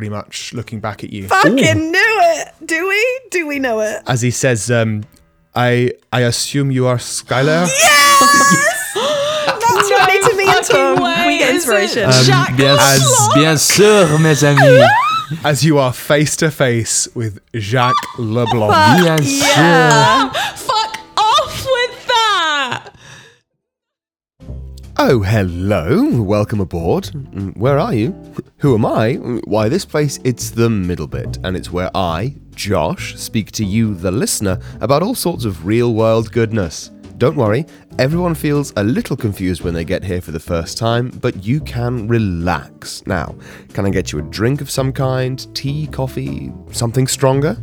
Speaker 1: pretty much looking back at you
Speaker 3: Fucking knew it. Do we? Do we know it?
Speaker 1: as he says, um, I I assume you are Skylar.
Speaker 3: That's what I need to be in
Speaker 2: fucking way,
Speaker 3: We get
Speaker 2: is
Speaker 3: inspiration.
Speaker 1: Um,
Speaker 2: it? Jacques
Speaker 4: Bien,
Speaker 2: Lacan.
Speaker 4: bien sûr, mes amis.
Speaker 1: As you are face to face with Jacques Leblanc.
Speaker 4: Bien sûr.
Speaker 2: Fuck off with that!
Speaker 1: Oh, hello. Welcome aboard. Mm, Where are you? Who am I? Mm, Why, this place, it's the middle bit, and it's where I, Josh, speak to you, the listener, about all sorts of real world goodness. Don't worry, everyone feels a little confused when they get here for the first time, but you can relax. Now, can I get you a drink of some kind? Tea, coffee, something stronger?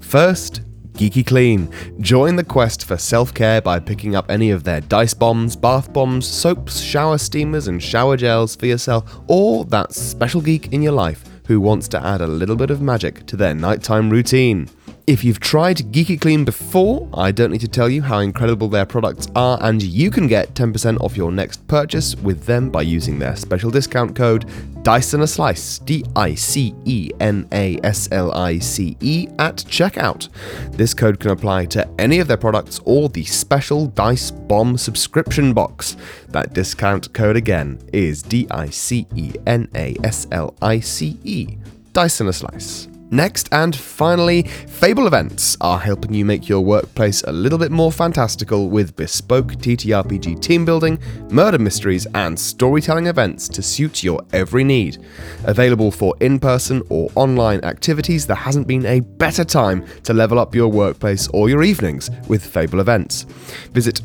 Speaker 1: First, Geeky Clean. Join the quest for self care by picking up any of their dice bombs, bath bombs, soaps, shower steamers, and shower gels for yourself or that special geek in your life who wants to add a little bit of magic to their nighttime routine. If you've tried Geeky Clean before, I don't need to tell you how incredible their products are, and you can get 10% off your next purchase with them by using their special discount code Dyson a Slice, D I C E N A S L I C E, at checkout. This code can apply to any of their products or the special Dice Bomb subscription box. That discount code again is D I C E N A S L I C E, Dyson a Slice. Next and finally, Fable Events are helping you make your workplace a little bit more fantastical with bespoke TTRPG team building, murder mysteries, and storytelling events to suit your every need. Available for in person or online activities, there hasn't been a better time to level up your workplace or your evenings with Fable Events. Visit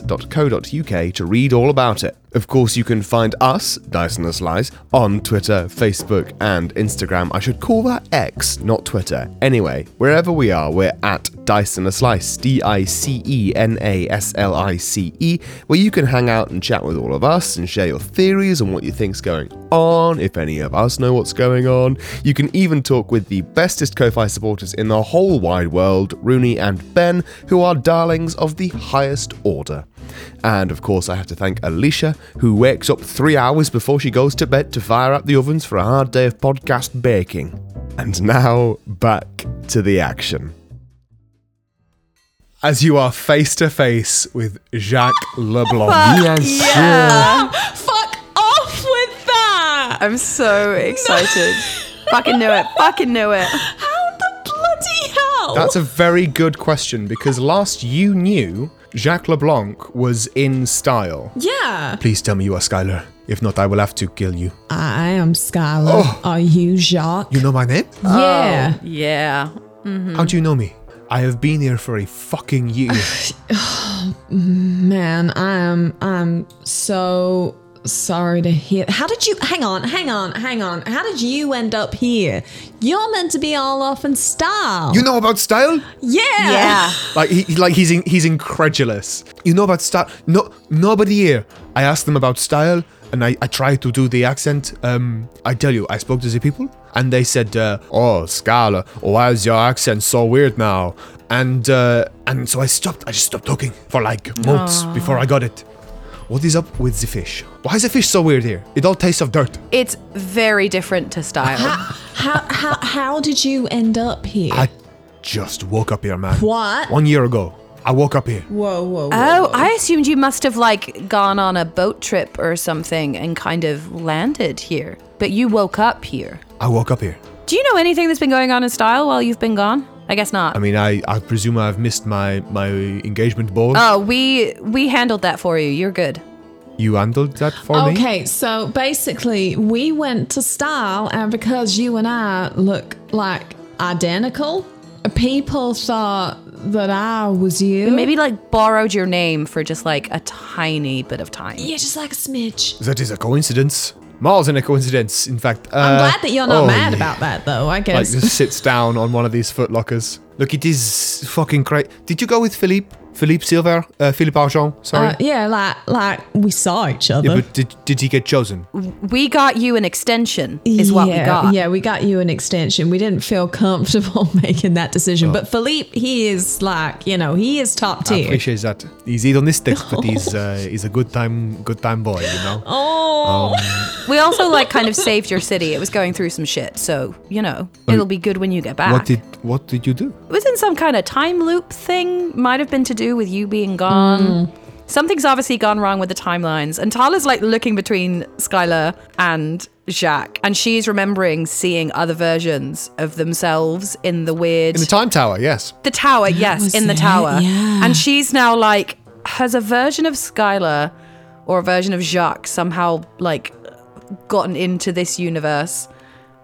Speaker 1: fableevents.co.uk to read all about it. Of course, you can find us, Dyson and Slice, on Twitter, Facebook, and Instagram. I should call that X, not Twitter. Anyway, wherever we are, we're at Dyson a Slice, D I C E N A S L I C E, where you can hang out and chat with all of us and share your theories and what you think's going on, if any of us know what's going on. You can even talk with the bestest Ko fi supporters in the whole wide world, Rooney and Ben, who are darlings of the highest order. And of course, I have to thank Alicia, who wakes up three hours before she goes to bed to fire up the ovens for a hard day of podcast baking. And now, back to the action. As you are face to face with Jacques Leblanc.
Speaker 4: Yes.
Speaker 1: Um,
Speaker 2: Fuck off with that!
Speaker 3: I'm so excited. Fucking knew it. Fucking knew it.
Speaker 2: How the bloody hell?
Speaker 1: That's a very good question because last you knew, Jacques Leblanc was in style.
Speaker 2: yeah.
Speaker 1: Please tell me you are Skylar. If not, I will have to kill you.
Speaker 2: I am Skylar. Are you Jacques?
Speaker 1: Oh. You know my name?
Speaker 2: Mm-hmm. yeah.
Speaker 3: Yeah.
Speaker 1: How do you know me? I have been here for a fucking year.
Speaker 2: Man, I am I'm so sorry to hear. How did you hang on, hang on, hang on. How did you end up here? You're meant to be all off in style.
Speaker 1: you know about style?
Speaker 2: yeah.
Speaker 3: Yeah.
Speaker 1: Like he, like he's in, he's incredulous. You know about style? No, nobody here. I asked them about style, and I, I tried to do the accent. Um, I tell you, I spoke to the people, and they said, uh, "Oh, Scala, why is your accent so weird now?" And uh, and so I stopped. I just stopped talking for like months before I got it. What is up with the fish? Why is the fish so weird here? It all tastes of dirt.
Speaker 3: It's very different to style.
Speaker 2: How how how did you end up here?
Speaker 1: I just woke up here, man.
Speaker 2: What?
Speaker 1: One year ago, I woke up here.
Speaker 2: whoa, whoa, whoa.
Speaker 3: oh, I assumed you must have like gone on a boat trip or something and kind of landed here. But you woke up here.
Speaker 1: I woke up here.
Speaker 3: Do you know anything that's been going on in style while you've been gone? I guess not.
Speaker 1: I mean, I, I presume I've missed my, my engagement ball.
Speaker 3: oh, we we handled that for you. You're good.
Speaker 1: you handled that for me?
Speaker 2: Okay, so basically, we went to style, and because you and I look like identical, people thought that I was you.
Speaker 3: Maybe like borrowed your name for just like a tiny bit of time.
Speaker 2: you're just like a smidge.
Speaker 1: That is a coincidence. More than a coincidence, in fact.
Speaker 2: I'm
Speaker 1: Uh,
Speaker 2: glad that you're not
Speaker 1: oh,
Speaker 2: mad
Speaker 1: yeah.
Speaker 2: about that, though. I
Speaker 1: Like,
Speaker 2: guess.
Speaker 1: just sits down on one of these footlockers. Look, it is fucking crazy. Did you go with Philippe? Philippe Silver? Uh, Philippe Argent, sorry.
Speaker 2: Uh, yeah, like like we saw each other.
Speaker 1: yeah, but did, did he get chosen?
Speaker 3: We got you an extension, is what
Speaker 2: yeah,
Speaker 3: we got.
Speaker 2: Yeah, we got you an extension. We didn't feel comfortable making that decision, but Philippe, he is like you know he is
Speaker 1: I
Speaker 2: top tier.
Speaker 1: appreciate that. He's hedonistic, but he's uh, he's a good time good time boy, you know.
Speaker 2: Oh,
Speaker 1: Um,
Speaker 3: We also like kind of saved your city. It was going through some shit, so you know it'll be good when you get back.
Speaker 1: What did what did you do?
Speaker 3: it was in some kind of time loop thing. Might have been to do with you being gone.
Speaker 1: Mm.
Speaker 3: Something's obviously gone wrong with the timelines. And Tala's like looking between Skylar and Jacques, and she's remembering seeing other versions of themselves in the weird
Speaker 1: In the time tower, yes.
Speaker 3: the tower, yes,
Speaker 2: was
Speaker 3: in the
Speaker 2: it,
Speaker 3: tower.
Speaker 2: yeah.
Speaker 3: And she's now like, has a version of Skylar or a version of Jacques somehow like gotten into this universe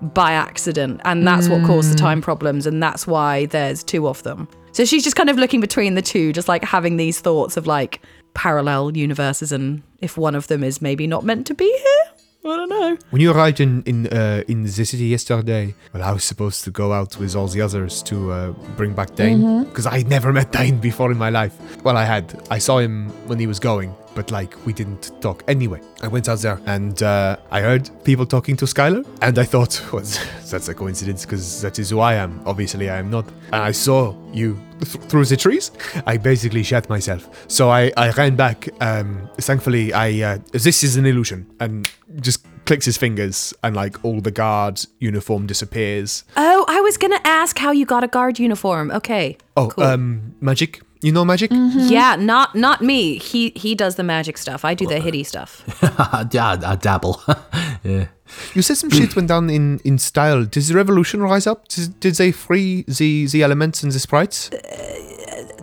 Speaker 3: by accident. And that's what caused the time problems. And that's why there's two of them. So she's just kind of looking between the two, just like having these thoughts of like parallel universes and if one of them is maybe not meant to be here. I don't know.
Speaker 1: When you arrived in in uh, in the city yesterday, well, I was supposed to go out with all the others to uh, bring back Dane because I never met Dane before in my life. Well, I had. I saw him when he was going, but like we didn't talk. Anyway, I went out there and uh, I heard people talking to Skylar, and I thought, well, that's a coincidence because that is who I am. Obviously, I am not. And I saw you th- through the trees. I basically shat myself. So I, I ran back. Um, thankfully, I uh, this is an illusion, and just clicks his fingers, and like all the guards' uniform disappears.
Speaker 3: Oh, I was gonna ask how you got a guard uniform. Okay.
Speaker 1: Oh,
Speaker 3: cool.
Speaker 1: um, magic. You know magic?
Speaker 3: Yeah, not not me. He he does the magic stuff. I do the hitty stuff.
Speaker 4: I, I, I dabble. yeah.
Speaker 1: You said some shit went down in, in style. Did the revolution rise up? Did, did they free the, the elements and the sprites?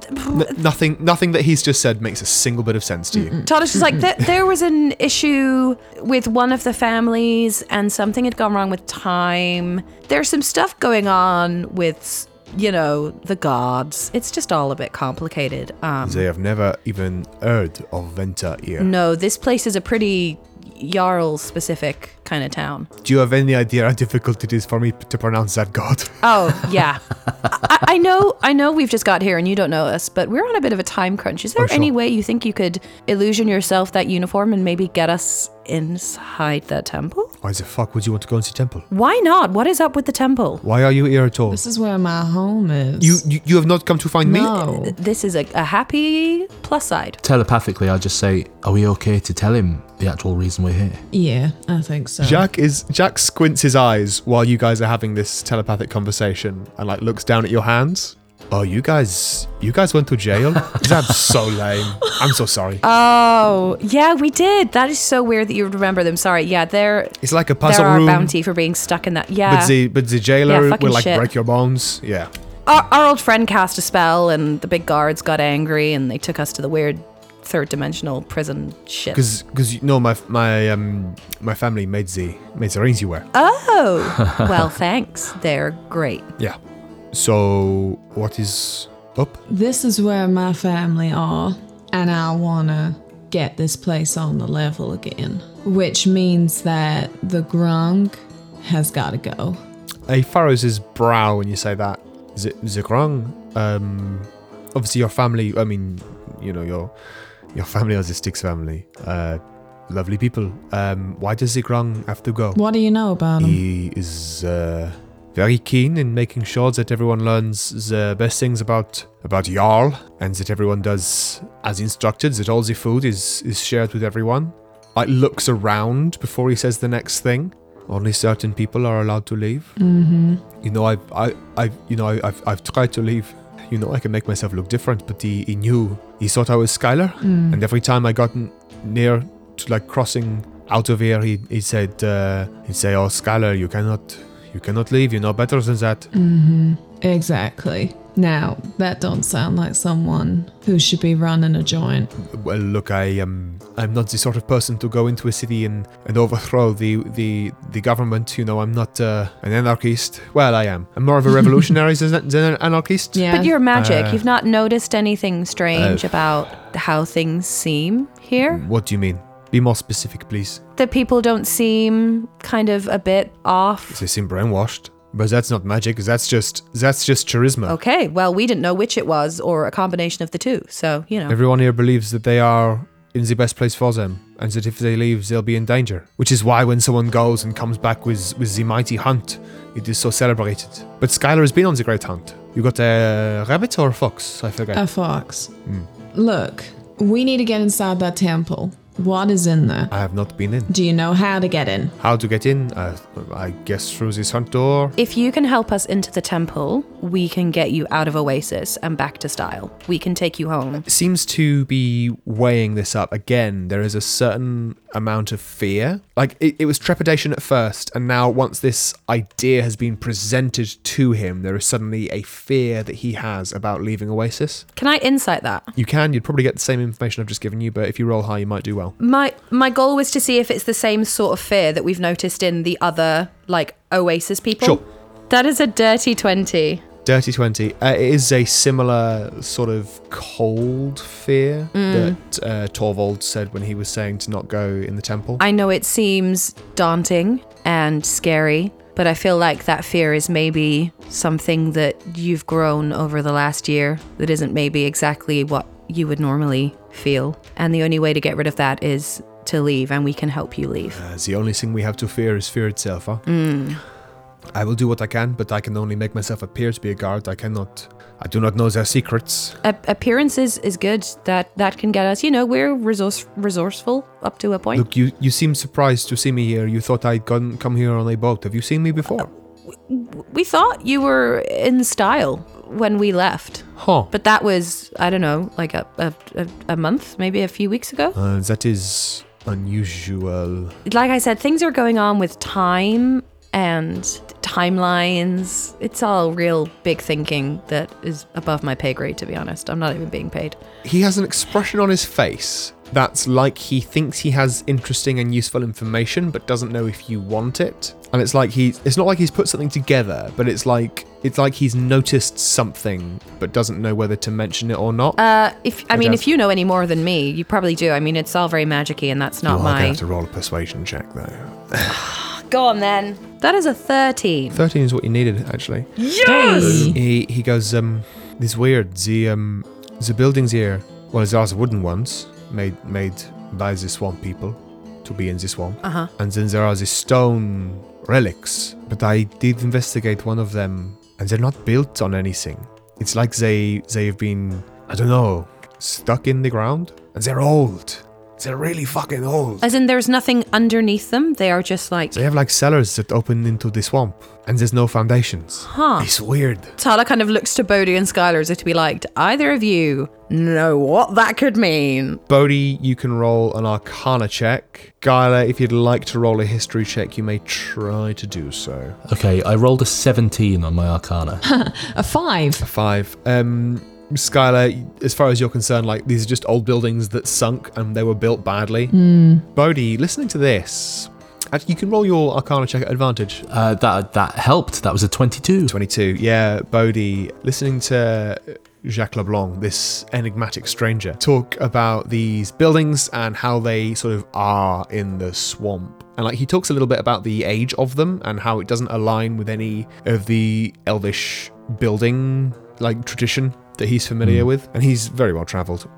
Speaker 1: N- nothing nothing that he's just said makes a single bit of sense to you.
Speaker 3: Tada's just like "There- there was an issue with one of the families, and something had gone wrong with time. There's some stuff going on with you know the gods. It's just all a bit complicated. Um,
Speaker 1: They have never even heard of Venta here.
Speaker 3: no, this place is a pretty jarl specific kind of town.
Speaker 1: Do you have any idea how difficult it is for me p- to pronounce that god?
Speaker 3: Oh yeah, I, I know. I know we've just got here and you don't know us, but we're on a bit of a time crunch. Is there
Speaker 1: Oh, sure.
Speaker 3: any way you think you could illusion yourself that uniform and maybe get us inside the temple?
Speaker 1: Why the fuck would you want to go into temple?
Speaker 3: Why not? What is up with the temple?
Speaker 1: Why are you here at all?
Speaker 2: This is where my home is.
Speaker 1: You, you you have not come to find me?
Speaker 2: no.
Speaker 3: This is a, a happy plus side.
Speaker 4: Telepathically, I just say, Are we okay to tell him the actual reason we're here?
Speaker 2: Yeah, I think so.
Speaker 1: Jack is Jack squints his eyes while you guys are having this telepathic conversation and like looks down at your hands. Oh, you guys, you guys went to jail? That's so lame. I'm so sorry.
Speaker 3: Oh yeah, we did. That is so weird that you remember them. Sorry. Yeah, they're
Speaker 1: it's like a puzzle
Speaker 3: they're our
Speaker 1: room,
Speaker 3: bounty for being stuck in that. Yeah.
Speaker 1: but the but the jailer
Speaker 3: Yeah, fucking
Speaker 1: will like
Speaker 3: shit.
Speaker 1: break your bones. Yeah.
Speaker 3: our, our old friend cast a spell and the big guards got angry and they took us to the weird third dimensional prison shit.
Speaker 1: Because because you know my my um my family made the made the rings you wear.
Speaker 3: Oh, well, thanks. They're great.
Speaker 1: Yeah. So what is up?
Speaker 2: This is where my family are, and I wanna get this place on the level again. Which means that the grung has gotta go.
Speaker 1: He furrows his brow when you say that. Z- Zikrong, um, obviously your family. I mean, you know your your family as a Styx family. Uh, lovely people. Um, why does Zikrong have to go?
Speaker 2: What do you know about him?
Speaker 1: He is uh, very keen in making sure that everyone learns the best things about about Jarl, and that everyone does as instructed. That all the food is is shared with everyone. Like looks around before he says the next thing. Only certain people are allowed to leave. Mm-hmm. You know, I, I, I, you know, I, I've, I've tried to leave. You know, I can make myself look different, but he, he knew. He thought I was Skylar, and every time I got n- near to like crossing out of here, he, he said, uh, he'd say, "Oh, Skylar, you cannot, you cannot leave. You're no better than that."
Speaker 2: Mm-hmm. Exactly. Now, that don't sound like someone who should be running a joint.
Speaker 1: Well, look, I um, I'm not the sort of person to go into a city and, and overthrow the, the the government. You know, I'm not uh, an anarchist. Well, I am. I'm more of a revolutionary than, than an anarchist.
Speaker 2: Yeah.
Speaker 3: But you're magic.
Speaker 1: Uh,
Speaker 3: You've not noticed anything strange about how things seem here.
Speaker 1: What do you mean? Be more specific, please.
Speaker 3: The people don't seem kind of a bit off.
Speaker 1: They seem brainwashed, but that's not magic. That's just that's just charisma.
Speaker 3: Okay, well, we didn't know which it was or a combination of the two. So, you know.
Speaker 1: Everyone here believes that they are in the best place for them, and that if they leave, they'll be in danger. Which is why when someone goes and comes back with, with the mighty hunt, it is so celebrated. But Skylar has been on the great hunt. You got a rabbit or a fox? I forget.
Speaker 2: A fox. Look, we need to get inside that temple. What is in there?
Speaker 1: I have not been in.
Speaker 2: Do you know how to get in?
Speaker 1: How to get in? Uh, I guess through this hunt door.
Speaker 3: If you can help us into the temple, we can get you out of Oasis and back to style. We can take you home.
Speaker 1: seems to be weighing this up again. There is a certain amount of fear. Like it, it was trepidation at first, and now once this idea has been presented to him, there is suddenly a fear that he has about leaving Oasis.
Speaker 3: Can I insight that?
Speaker 1: You can, you'd probably get the same information I've just given you, but if you roll high, you might do well.
Speaker 3: My my goal was to see if it's the same sort of fear that we've noticed in the other like Oasis people.
Speaker 1: Sure.
Speaker 3: That is a dirty 20.
Speaker 1: Dirty 20. Uh, it is a similar sort of cold fear that uh, Torvald said when he was saying to not go in the temple.
Speaker 3: I know it seems daunting and scary, but I feel like that fear is maybe something that you've grown over the last year that isn't maybe exactly what you would normally feel. And the only way to get rid of that is to leave, and we can help you leave.
Speaker 1: As Uh, the only thing we have to fear is fear itself, huh? I will do what I can, but I can only make myself appear to be a guard. I cannot. I do not know their secrets.
Speaker 3: A- appearances is good. That that can get us. You know, we're resource resourceful up to a point.
Speaker 1: Look, you, you seem surprised to see me here. You thought I'd gone, come here on a boat. Have you seen me before?
Speaker 3: we thought you were in style when we left.
Speaker 1: Huh.
Speaker 3: But that was, I don't know, like a, a, a, a month, maybe a few weeks ago.
Speaker 1: Uh, that is unusual.
Speaker 3: Like I said, things are going on with time and timelines. It's all real big thinking that is above my pay grade, to be honest. I'm not even being paid.
Speaker 1: He has an expression on his face that's like he thinks he has interesting and useful information but doesn't know if you want it. And it's like he it's not like he's put something together, but it's like it's like he's noticed something but doesn't know whether to mention it or not.
Speaker 3: Uh, if I mean,
Speaker 1: does.
Speaker 3: if you know any more than me, you probably do. I mean, it's all very magic-y, and that's not
Speaker 1: Well, I'm gonna
Speaker 3: my.
Speaker 1: have to roll a persuasion check though.
Speaker 3: Go on then. That is a 13.
Speaker 1: 13 is what you needed actually.
Speaker 2: Yes!
Speaker 1: He he goes, um, this weird. The um, the buildings here, well, there's wooden ones made made by the swamp people to be in the swamp. Uh-huh. And then there are the stone relics. But I did investigate one of them, and they're not built on anything. It's like they they have been I don't know stuck in the ground, and they're old. They're really fucking old.
Speaker 3: As in, there's nothing underneath them. They are just like.
Speaker 1: They have like cellars that open into the swamp, and there's no foundations.
Speaker 3: Huh.
Speaker 1: It's weird.
Speaker 3: Tala kind of looks to Bodhi and Skylar as if to be like, "Do either of you know what that could mean?
Speaker 1: Bodhi, you can roll an arcana check. Gyla, if you'd like to roll a history check, you may try to do so.
Speaker 4: Okay, I rolled a 17 on my arcana.
Speaker 2: A five.
Speaker 1: Five. Um Skylar, as far as you're concerned, like these are just old buildings that sunk and they were built badly. Bodhi, listening to this. Actually, you can roll your arcana check at advantage.
Speaker 4: Uh, that that helped. That was a 22.
Speaker 1: 22. Yeah, Bodhi, listening to Jacques Leblanc, this enigmatic stranger, talk about these buildings and how they sort of are in the swamp. And like he talks a little bit about the age of them and how it doesn't align with any of the elvish building like tradition that he's familiar with. And he's very well traveled.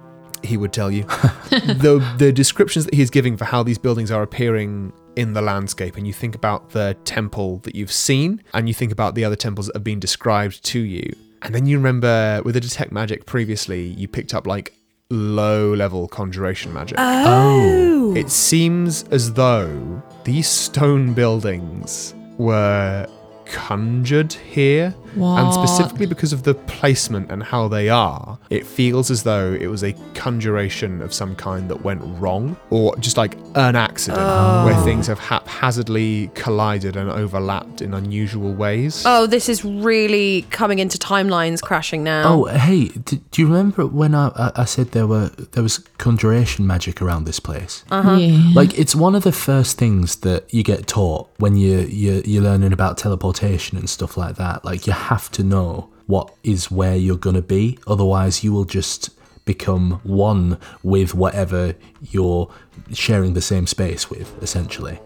Speaker 1: He would tell you the the descriptions that he's giving for how these buildings are appearing in the landscape and you think about the temple that you've seen and you think about the other temples that have been described to you and then you remember with the detect magic previously you picked up like low level conjuration magic
Speaker 4: Oh.
Speaker 1: it seems as though these stone buildings were conjured here and
Speaker 2: What?
Speaker 1: specifically because of the placement and how they are it feels as though it was a conjuration of some kind that went wrong or just like an accident where things have haphazardly collided and overlapped in unusual ways
Speaker 3: Oh, this is really coming into timelines crashing now.
Speaker 4: Oh, hey, d- do you remember when I, I, I said there were there was conjuration magic around this place?
Speaker 2: Yeah.
Speaker 4: Like it's one of the first things that you get taught when you you you're learning about teleportation and stuff like that. Like you have to know what is where you're gonna be, otherwise you will just become one with whatever you're sharing the same space with. Essentially,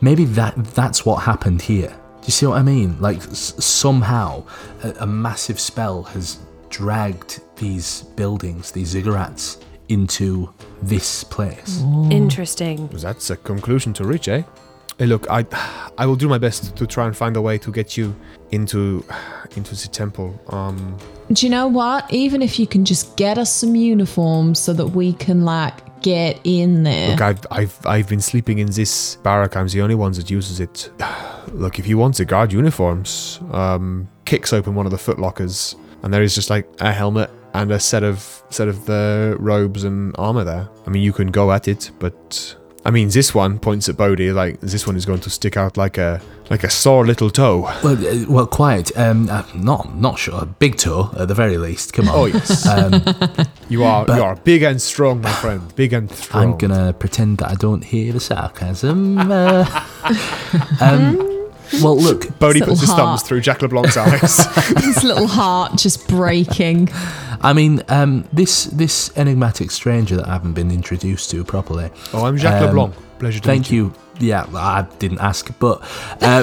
Speaker 4: maybe that that's what happened here. Do you see what I mean? Like s- somehow a, a massive spell has dragged these buildings, these ziggurats, into this place.
Speaker 1: Oh.
Speaker 3: Interesting.
Speaker 1: That's a conclusion to reach, eh? Hey, look, I, I will do my best to try and find a way to get you into, into the temple. Um,
Speaker 2: Do you know what? Even if you can just get us some uniforms so that we can like get in there.
Speaker 1: look, I've, I've, I've been sleeping in this barrack. I'm the only one that uses it. Look, if you want the guard uniforms, um, kicks open one of the footlockers, and there is just like a helmet and a set of set of the robes and armor there. I mean, you can go at it, but I mean, this one points at Bodhi like this one is going to stick out like a like a sore little toe.
Speaker 4: Well, uh, well, quiet. Um, uh, not, not sure. Big toe, at the very least. Come on.
Speaker 1: Oh yes,
Speaker 4: Um,
Speaker 1: you are you are big and strong, my friend. Big and strong.
Speaker 4: I'm gonna pretend that I don't hear the sarcasm. Uh, um, Well, look,
Speaker 1: Bodhi
Speaker 2: His
Speaker 1: puts his
Speaker 2: little
Speaker 1: thumbs
Speaker 2: heart.
Speaker 1: through Jack LeBlanc's eyes.
Speaker 2: His little heart just breaking.
Speaker 4: I mean, um, this this enigmatic stranger that I haven't been introduced to properly.
Speaker 1: oh, I'm Jack
Speaker 4: Um,
Speaker 1: LeBlanc. Pleasure to meet
Speaker 4: Thank
Speaker 1: you.
Speaker 4: you. Yeah, I didn't ask, but um,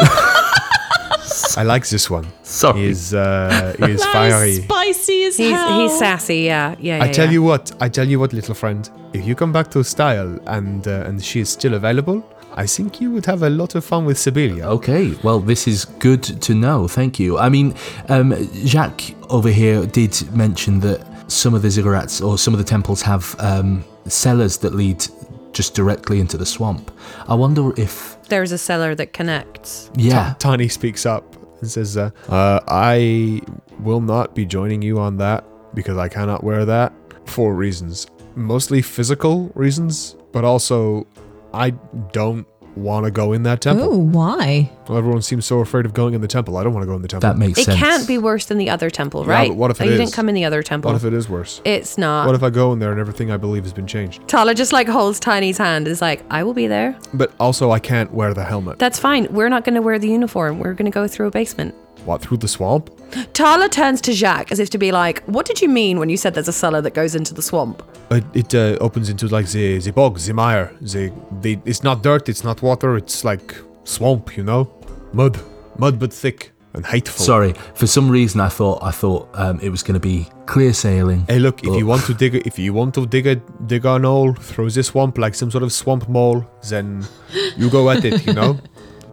Speaker 1: I like this one.
Speaker 4: sorry.
Speaker 1: He is, uh, he is
Speaker 2: That
Speaker 1: fiery.
Speaker 2: is spicy as
Speaker 3: He's
Speaker 2: hell.
Speaker 3: he's sassy, yeah, yeah. yeah
Speaker 1: I tell
Speaker 3: yeah.
Speaker 1: you what, I tell you what, little friend. If you come back to Style and uh, and she is still available, I think you would have a lot of fun with Siberia.
Speaker 4: Okay, well, this is good to know. Thank you. I mean, um, Jacques over here did mention that some of the ziggurats or some of the temples have um, cellars that lead just directly into the swamp. I wonder if,
Speaker 3: there is a cellar that connects.
Speaker 4: yeah,
Speaker 1: Tiny speaks up and says, uh, uh, "I will not be joining you on that because I cannot wear that for reasons, mostly physical reasons, but also I don't." Want to go in that temple?
Speaker 2: Oh, why?
Speaker 1: Well, everyone seems so afraid of going in the temple. I don't want to go in the temple.
Speaker 4: that makes
Speaker 3: It
Speaker 4: sense.
Speaker 3: can't be worse than the other temple,
Speaker 1: Yeah,
Speaker 3: right?
Speaker 1: but what if
Speaker 3: Oh,
Speaker 1: it
Speaker 3: you
Speaker 1: is?
Speaker 3: didn't come in the other temple.
Speaker 1: What if it is worse?
Speaker 3: it's not.
Speaker 1: What if I go in there and everything I believe has been changed?
Speaker 3: Tala just like holds Tiny's hand and is like, I will be there.
Speaker 1: But also, I can't wear the helmet.
Speaker 3: That's fine. We're not going to wear the uniform. We're going to go through a basement.
Speaker 1: What, through the swamp?
Speaker 3: Tala turns to Jacques as if to be like, What did you mean when you said there's a cellar that goes into the swamp?
Speaker 1: It, it uh, opens into like the, the bog, the mire. The, the, it's not dirt, it's not water, it's like swamp, you know? Mud. Mud but thick and hateful.
Speaker 4: Sorry, for some reason I thought I thought um, it was going to be clear sailing.
Speaker 1: Hey, look! If
Speaker 4: Oh.
Speaker 1: you want to dig, if you want to dig a dig an hole through the swamp like some sort of swamp mole, then you go at it. You know,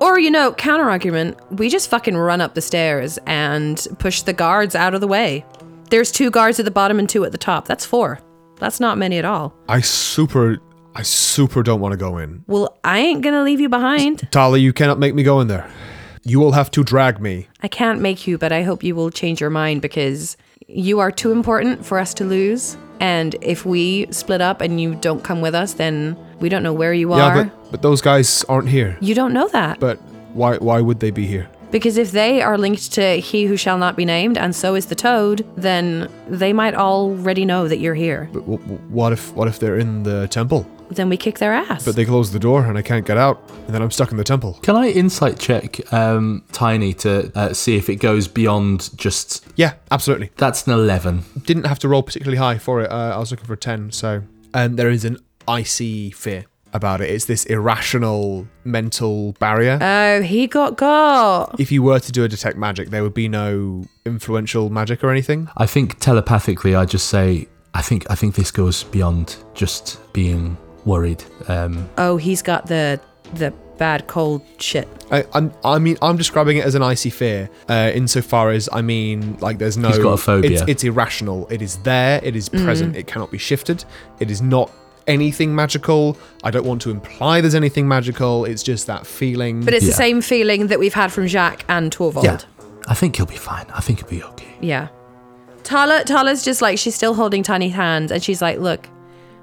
Speaker 3: Or, you know, counter argument, we just fucking run up the stairs and push the guards out of the way. There's two guards at the bottom and two at the top. That's four. That's not many at all.
Speaker 1: I super, I super don't want to go in.
Speaker 3: Well, I ain't gonna leave you behind.
Speaker 1: Tali, you cannot make me go in there. You will have to drag me.
Speaker 3: I can't make you, but I hope you will change your mind because you are too important for us to lose. And if we split up and you don't come with us, then we don't know where you are.
Speaker 1: Yeah, but but those guys aren't here.
Speaker 3: you don't know that.
Speaker 1: But why why would they be here?
Speaker 3: Because if they are linked to he who shall not be named, and so is the toad, then they might already know that you're here.
Speaker 1: But w- w- what if what if they're in the temple?
Speaker 3: Then we kick their ass.
Speaker 1: But they close the door and I can't get out, and then I'm stuck in the temple.
Speaker 4: Can I insight check um, Tiny to uh, see if it goes beyond just
Speaker 1: Yeah, absolutely.
Speaker 4: that's an eleven?
Speaker 1: Didn't have to roll particularly high for it. Uh, I was looking for a ten. So and there is an icy fear about it. It's this irrational mental barrier.
Speaker 3: oh, he got got.
Speaker 1: if you were to do a detect magic, there would be no influential magic or anything.
Speaker 4: I think telepathically, I just say, I think, I think this goes beyond just being worried. Um,
Speaker 3: Oh, he's got the the bad cold shit.
Speaker 1: I, I'm, I mean, I'm describing it as an icy fear, uh, insofar as I mean, like, there's no.
Speaker 4: He's got a phobia.
Speaker 1: It's, it's irrational. It is there. It is present. It cannot be shifted. It is not anything magical. I don't want to imply there's anything magical. It's just that feeling.
Speaker 3: But it's
Speaker 4: Yeah.
Speaker 3: the same feeling that we've had from Jacques and Torvald.
Speaker 4: yeah, I think he'll be fine. I think he'll be okay.
Speaker 3: Yeah. Tala Tala's just like she's still holding Tiny's hand and she's like, "Look,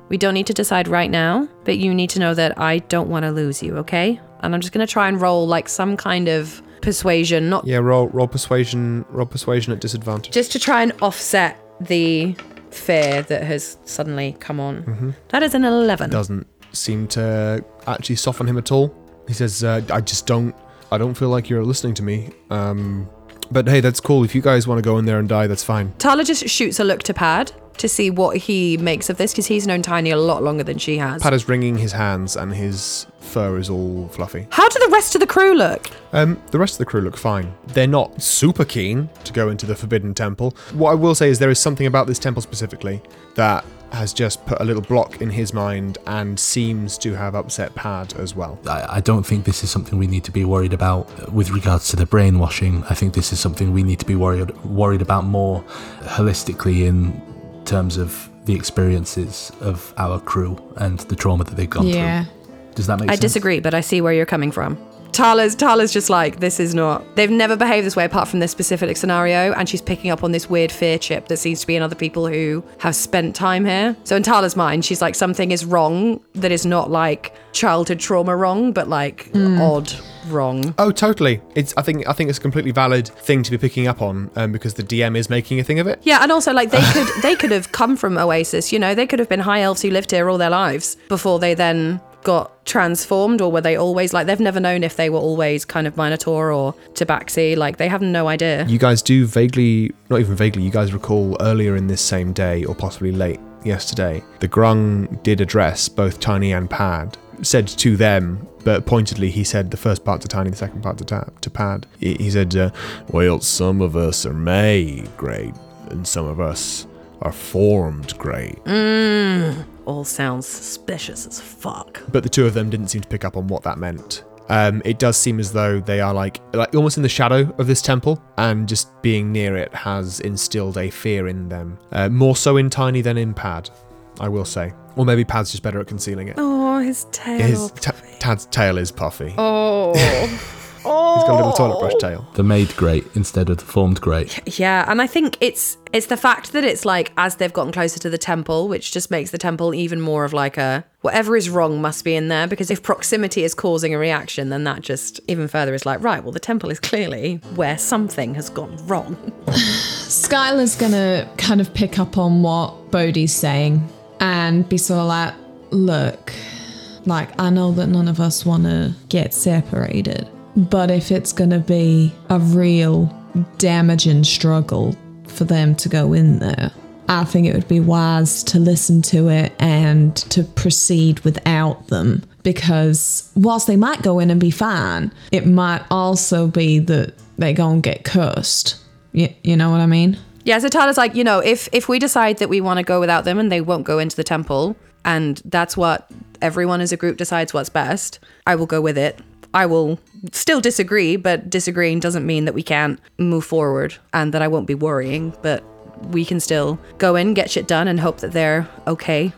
Speaker 3: we don't need to decide right now, but you need to know that I don't want to lose you, okay?" And I'm just going to try and roll like some kind of persuasion, not
Speaker 1: yeah, roll, roll persuasion. Roll persuasion at disadvantage.
Speaker 3: just to try and offset the fear that has suddenly come on.
Speaker 1: Mm-hmm.
Speaker 3: That is an 11.
Speaker 1: Doesn't seem to actually soften him at all. He says, uh, "I just don't. I don't feel like you're listening to me." Um, but hey, that's cool. If you guys want to go in there and die, that's fine.
Speaker 3: Tala just shoots a look to Pad to see what he makes of this because he's known Tiny a lot longer than she has.
Speaker 1: Pad is wringing his hands and his fur is all fluffy.
Speaker 3: How do the rest of the crew look?
Speaker 1: Um, the rest of the crew look fine. They're not super keen to go into the Forbidden Temple. What I will say is there is something about this temple specifically that has just put a little block in his mind and seems to have upset Pad as well.
Speaker 4: I, I don't think this is something we need to be worried about with regards to the brainwashing. I think this is something we need to be worried worried about more holistically in terms of the experiences of our crew and the trauma that they've gone
Speaker 2: Yeah.
Speaker 4: through. Does that make
Speaker 3: I
Speaker 4: sense?
Speaker 3: disagree, but I see where you're coming from. Tala's Tala's just like this is not. They've never behaved this way apart from this specific scenario, and she's picking up on this weird fear chip that seems to be in other people who have spent time here. So in Tala's mind, she's like something is wrong that is not like childhood trauma wrong, but like odd wrong.
Speaker 1: Oh, totally. It's I think I think it's a completely valid thing to be picking up on um, because the DM is making a thing of it.
Speaker 3: Yeah, and also like they could they could have come from Oasis, you know, they could have been high elves who lived here all their lives before they then got transformed or were they always like they've never known if they were always kind of Minotaur or Tabaxi. Like they have no idea.
Speaker 1: You guys do vaguely, not even vaguely, you guys recall earlier in this same day, or possibly late yesterday, the Grung did address both Tiny and Pad. Said to them, but pointedly, he said the first part to Tiny, the second part to, ta- to Pad. He, he said, uh, Well, some of us are made great, and some of us are formed great.
Speaker 3: All sounds suspicious as fuck.
Speaker 1: but the two of them didn't seem to pick up on what that meant. Um, it does seem as though they are like like almost in the shadow of this temple, and just being near it has instilled a fear in them, uh, more so in Tiny than in Pad, I will say. Or maybe Pad's just better at concealing it.
Speaker 3: Oh, his tail.
Speaker 1: His ta- Tad's tail is puffy.
Speaker 3: oh.
Speaker 1: He's got a little toilet brush tail.
Speaker 4: The made great instead of the formed great.
Speaker 3: Yeah, and I think it's it's the fact that it's like as they've gotten closer to the temple, which just makes the temple even more of like a whatever is wrong must be in there because if proximity is causing a reaction, then that just even further is like right. Well, the temple is clearly where something has gone wrong.
Speaker 2: Skylar's gonna kind of pick up on what Bodhi's saying and be sort of like, look, like I know that none of us wanna get separated, but if it's gonna be a real damaging struggle for them to go in there, I think it would be wise to listen to it and to proceed without them. Because whilst they might go in and be fine, it might also be that they go and get cursed. Y- you know what I mean?
Speaker 3: Yeah, so Tyler's like, you know, if if we decide that we want to go without them and they won't go into the temple, and that's what everyone as a group decides what's best, I will go with it. I will still disagree, but disagreeing doesn't mean that we can't move forward and that I won't be worrying, but we can still go in, get shit done, and hope that they're okay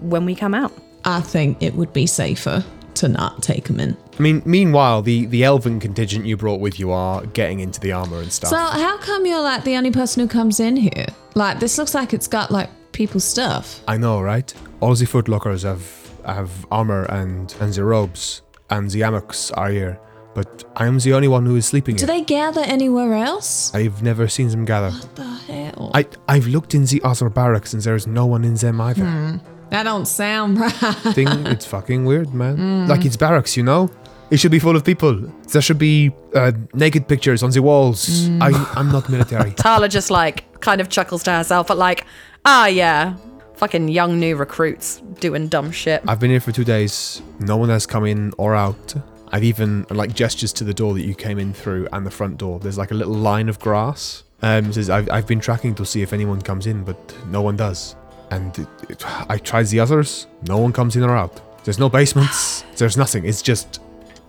Speaker 3: when we come out.
Speaker 2: I think it would be safer to not take them in.
Speaker 1: I mean, meanwhile, the the elven contingent you brought with you are getting into the armor and stuff.
Speaker 2: So, how come you're like the only person who comes in here? Like, this looks like it's got like people's stuff.
Speaker 1: I know, right? All the footlockers have have armor and and the robes, and the amaks are here, but I am the only one who is sleeping
Speaker 2: Do
Speaker 1: here.
Speaker 2: they gather anywhere else?
Speaker 1: I've never seen them gather.
Speaker 2: What the hell?
Speaker 1: I, I've looked in the other barracks and there's no one in them either.
Speaker 2: that don't sound right.
Speaker 1: Thing, it's fucking weird, man. Like it's barracks, you know? It should be full of people. There should be uh, naked pictures on the walls. I, I'm not military.
Speaker 3: Tala just like kind of chuckles to herself, but like, ah, yeah, fucking young new recruits doing dumb shit.
Speaker 1: I've been here for two days. No one has come in or out. I've even like gestures to the door that you came in through and the front door. There's like a little line of grass. Um, says I've, I've been tracking to see if anyone comes in, but no one does. And it, it- I tried the others. No one comes in or out. There's no basements. There's nothing. It's just,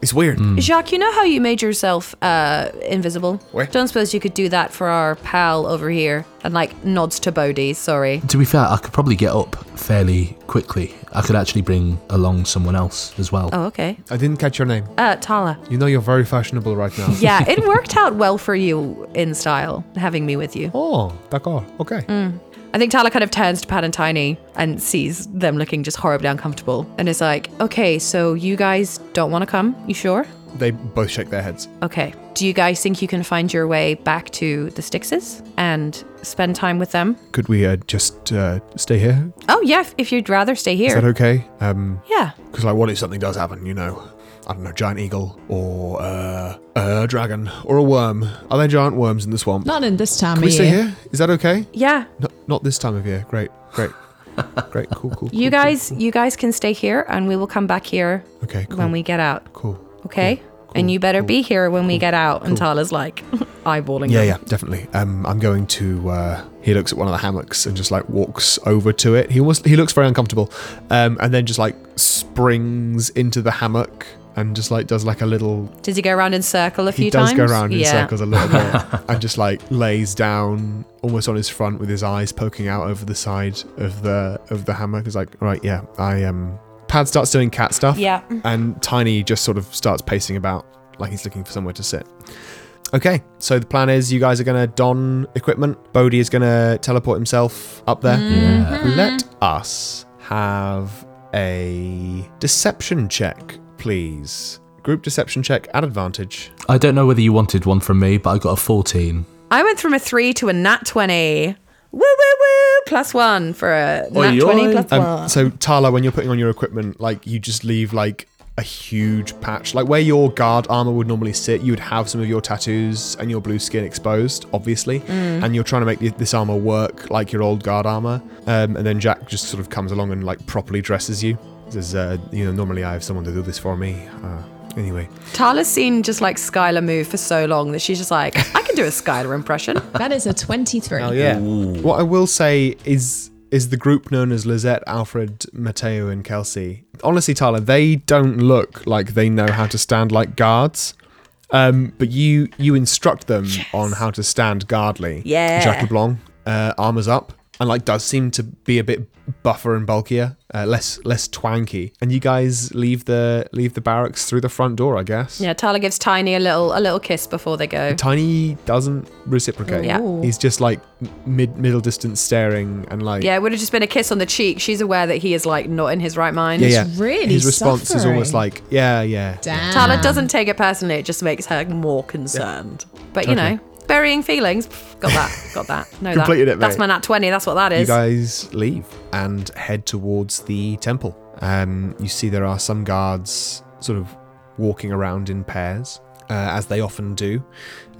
Speaker 1: it's weird.
Speaker 3: Jacques, you know how you made yourself uh, invisible?
Speaker 1: What?
Speaker 3: Don't suppose you could do that for our pal over here. And like nods to Bodhi, sorry.
Speaker 4: To be fair, I could probably get up fairly quickly. I could actually bring along someone else as well.
Speaker 3: Oh, okay.
Speaker 1: I didn't catch your name.
Speaker 3: Uh, Tala.
Speaker 1: You know you're very fashionable right now.
Speaker 3: Yeah, it worked out well for you in style, having me with you.
Speaker 1: Oh, d'accord. Okay.
Speaker 3: I think Tala kind of turns to Pat and Tiny and sees them looking just horribly uncomfortable and is like, okay, so you guys don't want to come? You sure?
Speaker 1: They both shake their heads.
Speaker 3: Okay. Do you guys think you can find your way back to the Styxes and spend time with them?
Speaker 1: Could we uh, just uh, stay here?
Speaker 3: Oh, yeah, if, if you'd rather stay
Speaker 1: Is that
Speaker 3: here.
Speaker 1: okay? Um,
Speaker 3: Yeah.
Speaker 1: Because like, what if something does happen? You know, I don't know, giant eagle or uh, a dragon or a worm. Are there giant worms in the swamp?
Speaker 2: Not in this time
Speaker 1: Can
Speaker 2: of
Speaker 1: we
Speaker 2: year.
Speaker 1: stay here? Is that okay?
Speaker 3: Yeah,
Speaker 1: No, not this time of year. Great, great, great. Cool, cool.
Speaker 3: You
Speaker 1: cool,
Speaker 3: guys, you guys can stay here, and we will come back here
Speaker 1: cool. Okay. Cool.
Speaker 3: when we get out.
Speaker 1: cool.
Speaker 3: Okay. and you better be here when we get out. And Tala's like eyeballing.
Speaker 1: Yeah,
Speaker 3: them.
Speaker 1: yeah, definitely. Um, I'm going to. Uh, he looks at one of the hammocks and just like walks over to it. He almost he looks very uncomfortable, um, and then just like springs into the hammock and just like does like a little
Speaker 3: Does he go around in circle a few
Speaker 1: he does
Speaker 3: times?
Speaker 1: go around in
Speaker 3: yeah.
Speaker 1: circles a little bit and just like lays down almost on his front with his eyes poking out over the side of the of the hammock. He's like, right, yeah, I um. Pad starts doing cat stuff.
Speaker 3: Yeah.
Speaker 1: And Tiny just sort of starts pacing about like he's looking for somewhere to sit. Okay, so the plan is you guys are gonna don equipment. Bodhi is gonna teleport himself up there.
Speaker 4: Yeah.
Speaker 3: Mm-hmm.
Speaker 1: Let us have a deception check, please. Group deception check at advantage.
Speaker 4: I don't know whether you wanted one from me, but I got a 14.
Speaker 3: I went from a three to a nat twenty. Woo woo woo! Plus one for a nat
Speaker 4: Oi,
Speaker 3: twenty
Speaker 4: oi.
Speaker 3: plus
Speaker 1: Um,
Speaker 3: one.
Speaker 1: So Tala, when you're putting on your equipment, like you just leave like a huge patch, like where your guard armor would normally sit. You would have some of your tattoos and your blue skin exposed, obviously, and you're trying to make th- this armor work like your old guard armor. Um, and then Jack just sort of comes along and like properly dresses you. Says, uh, you know, normally I have someone to do this for me. Uh, anyway,
Speaker 3: Tala's seen just like Skylar move for so long that she's just like, I can do a Skylar impression.
Speaker 2: That is a 23.
Speaker 1: yeah. What I will say is is the group known as Lizette, Alfred, Matteo, and Kelsey. Honestly, Tyler, they don't look like they know how to stand like guards. Um, but you you instruct them on how to stand guardly.
Speaker 3: Yeah.
Speaker 1: Jack LeBlanc, uh, armors up, and like does seem to be a bit buffer and bulkier, uh, less less twanky. And you guys leave the leave the barracks through the front door, I guess.
Speaker 3: Yeah, Tala gives Tiny a little a little kiss before they go.
Speaker 1: Tiny doesn't reciprocate.
Speaker 3: Yeah.
Speaker 1: He's just like mid middle distance staring and like
Speaker 3: Yeah, it would have just been a kiss on the cheek. She's aware that he is like not in his right mind.
Speaker 1: yeah, yeah.
Speaker 2: really
Speaker 1: His response is almost
Speaker 2: suffering.
Speaker 1: like yeah, yeah.
Speaker 2: Damn.
Speaker 3: Tala doesn't take it personally. It just makes her more concerned. But you know, burying feelings. pff, Got that. Got that. No,
Speaker 1: Completed
Speaker 3: that.
Speaker 1: it,
Speaker 3: That's
Speaker 1: mate.
Speaker 3: my nat twenty. That's what that
Speaker 1: You
Speaker 3: is.
Speaker 1: guys leave and head towards the temple. Um, you see there are some guards sort of walking around in pairs, uh, as they often do.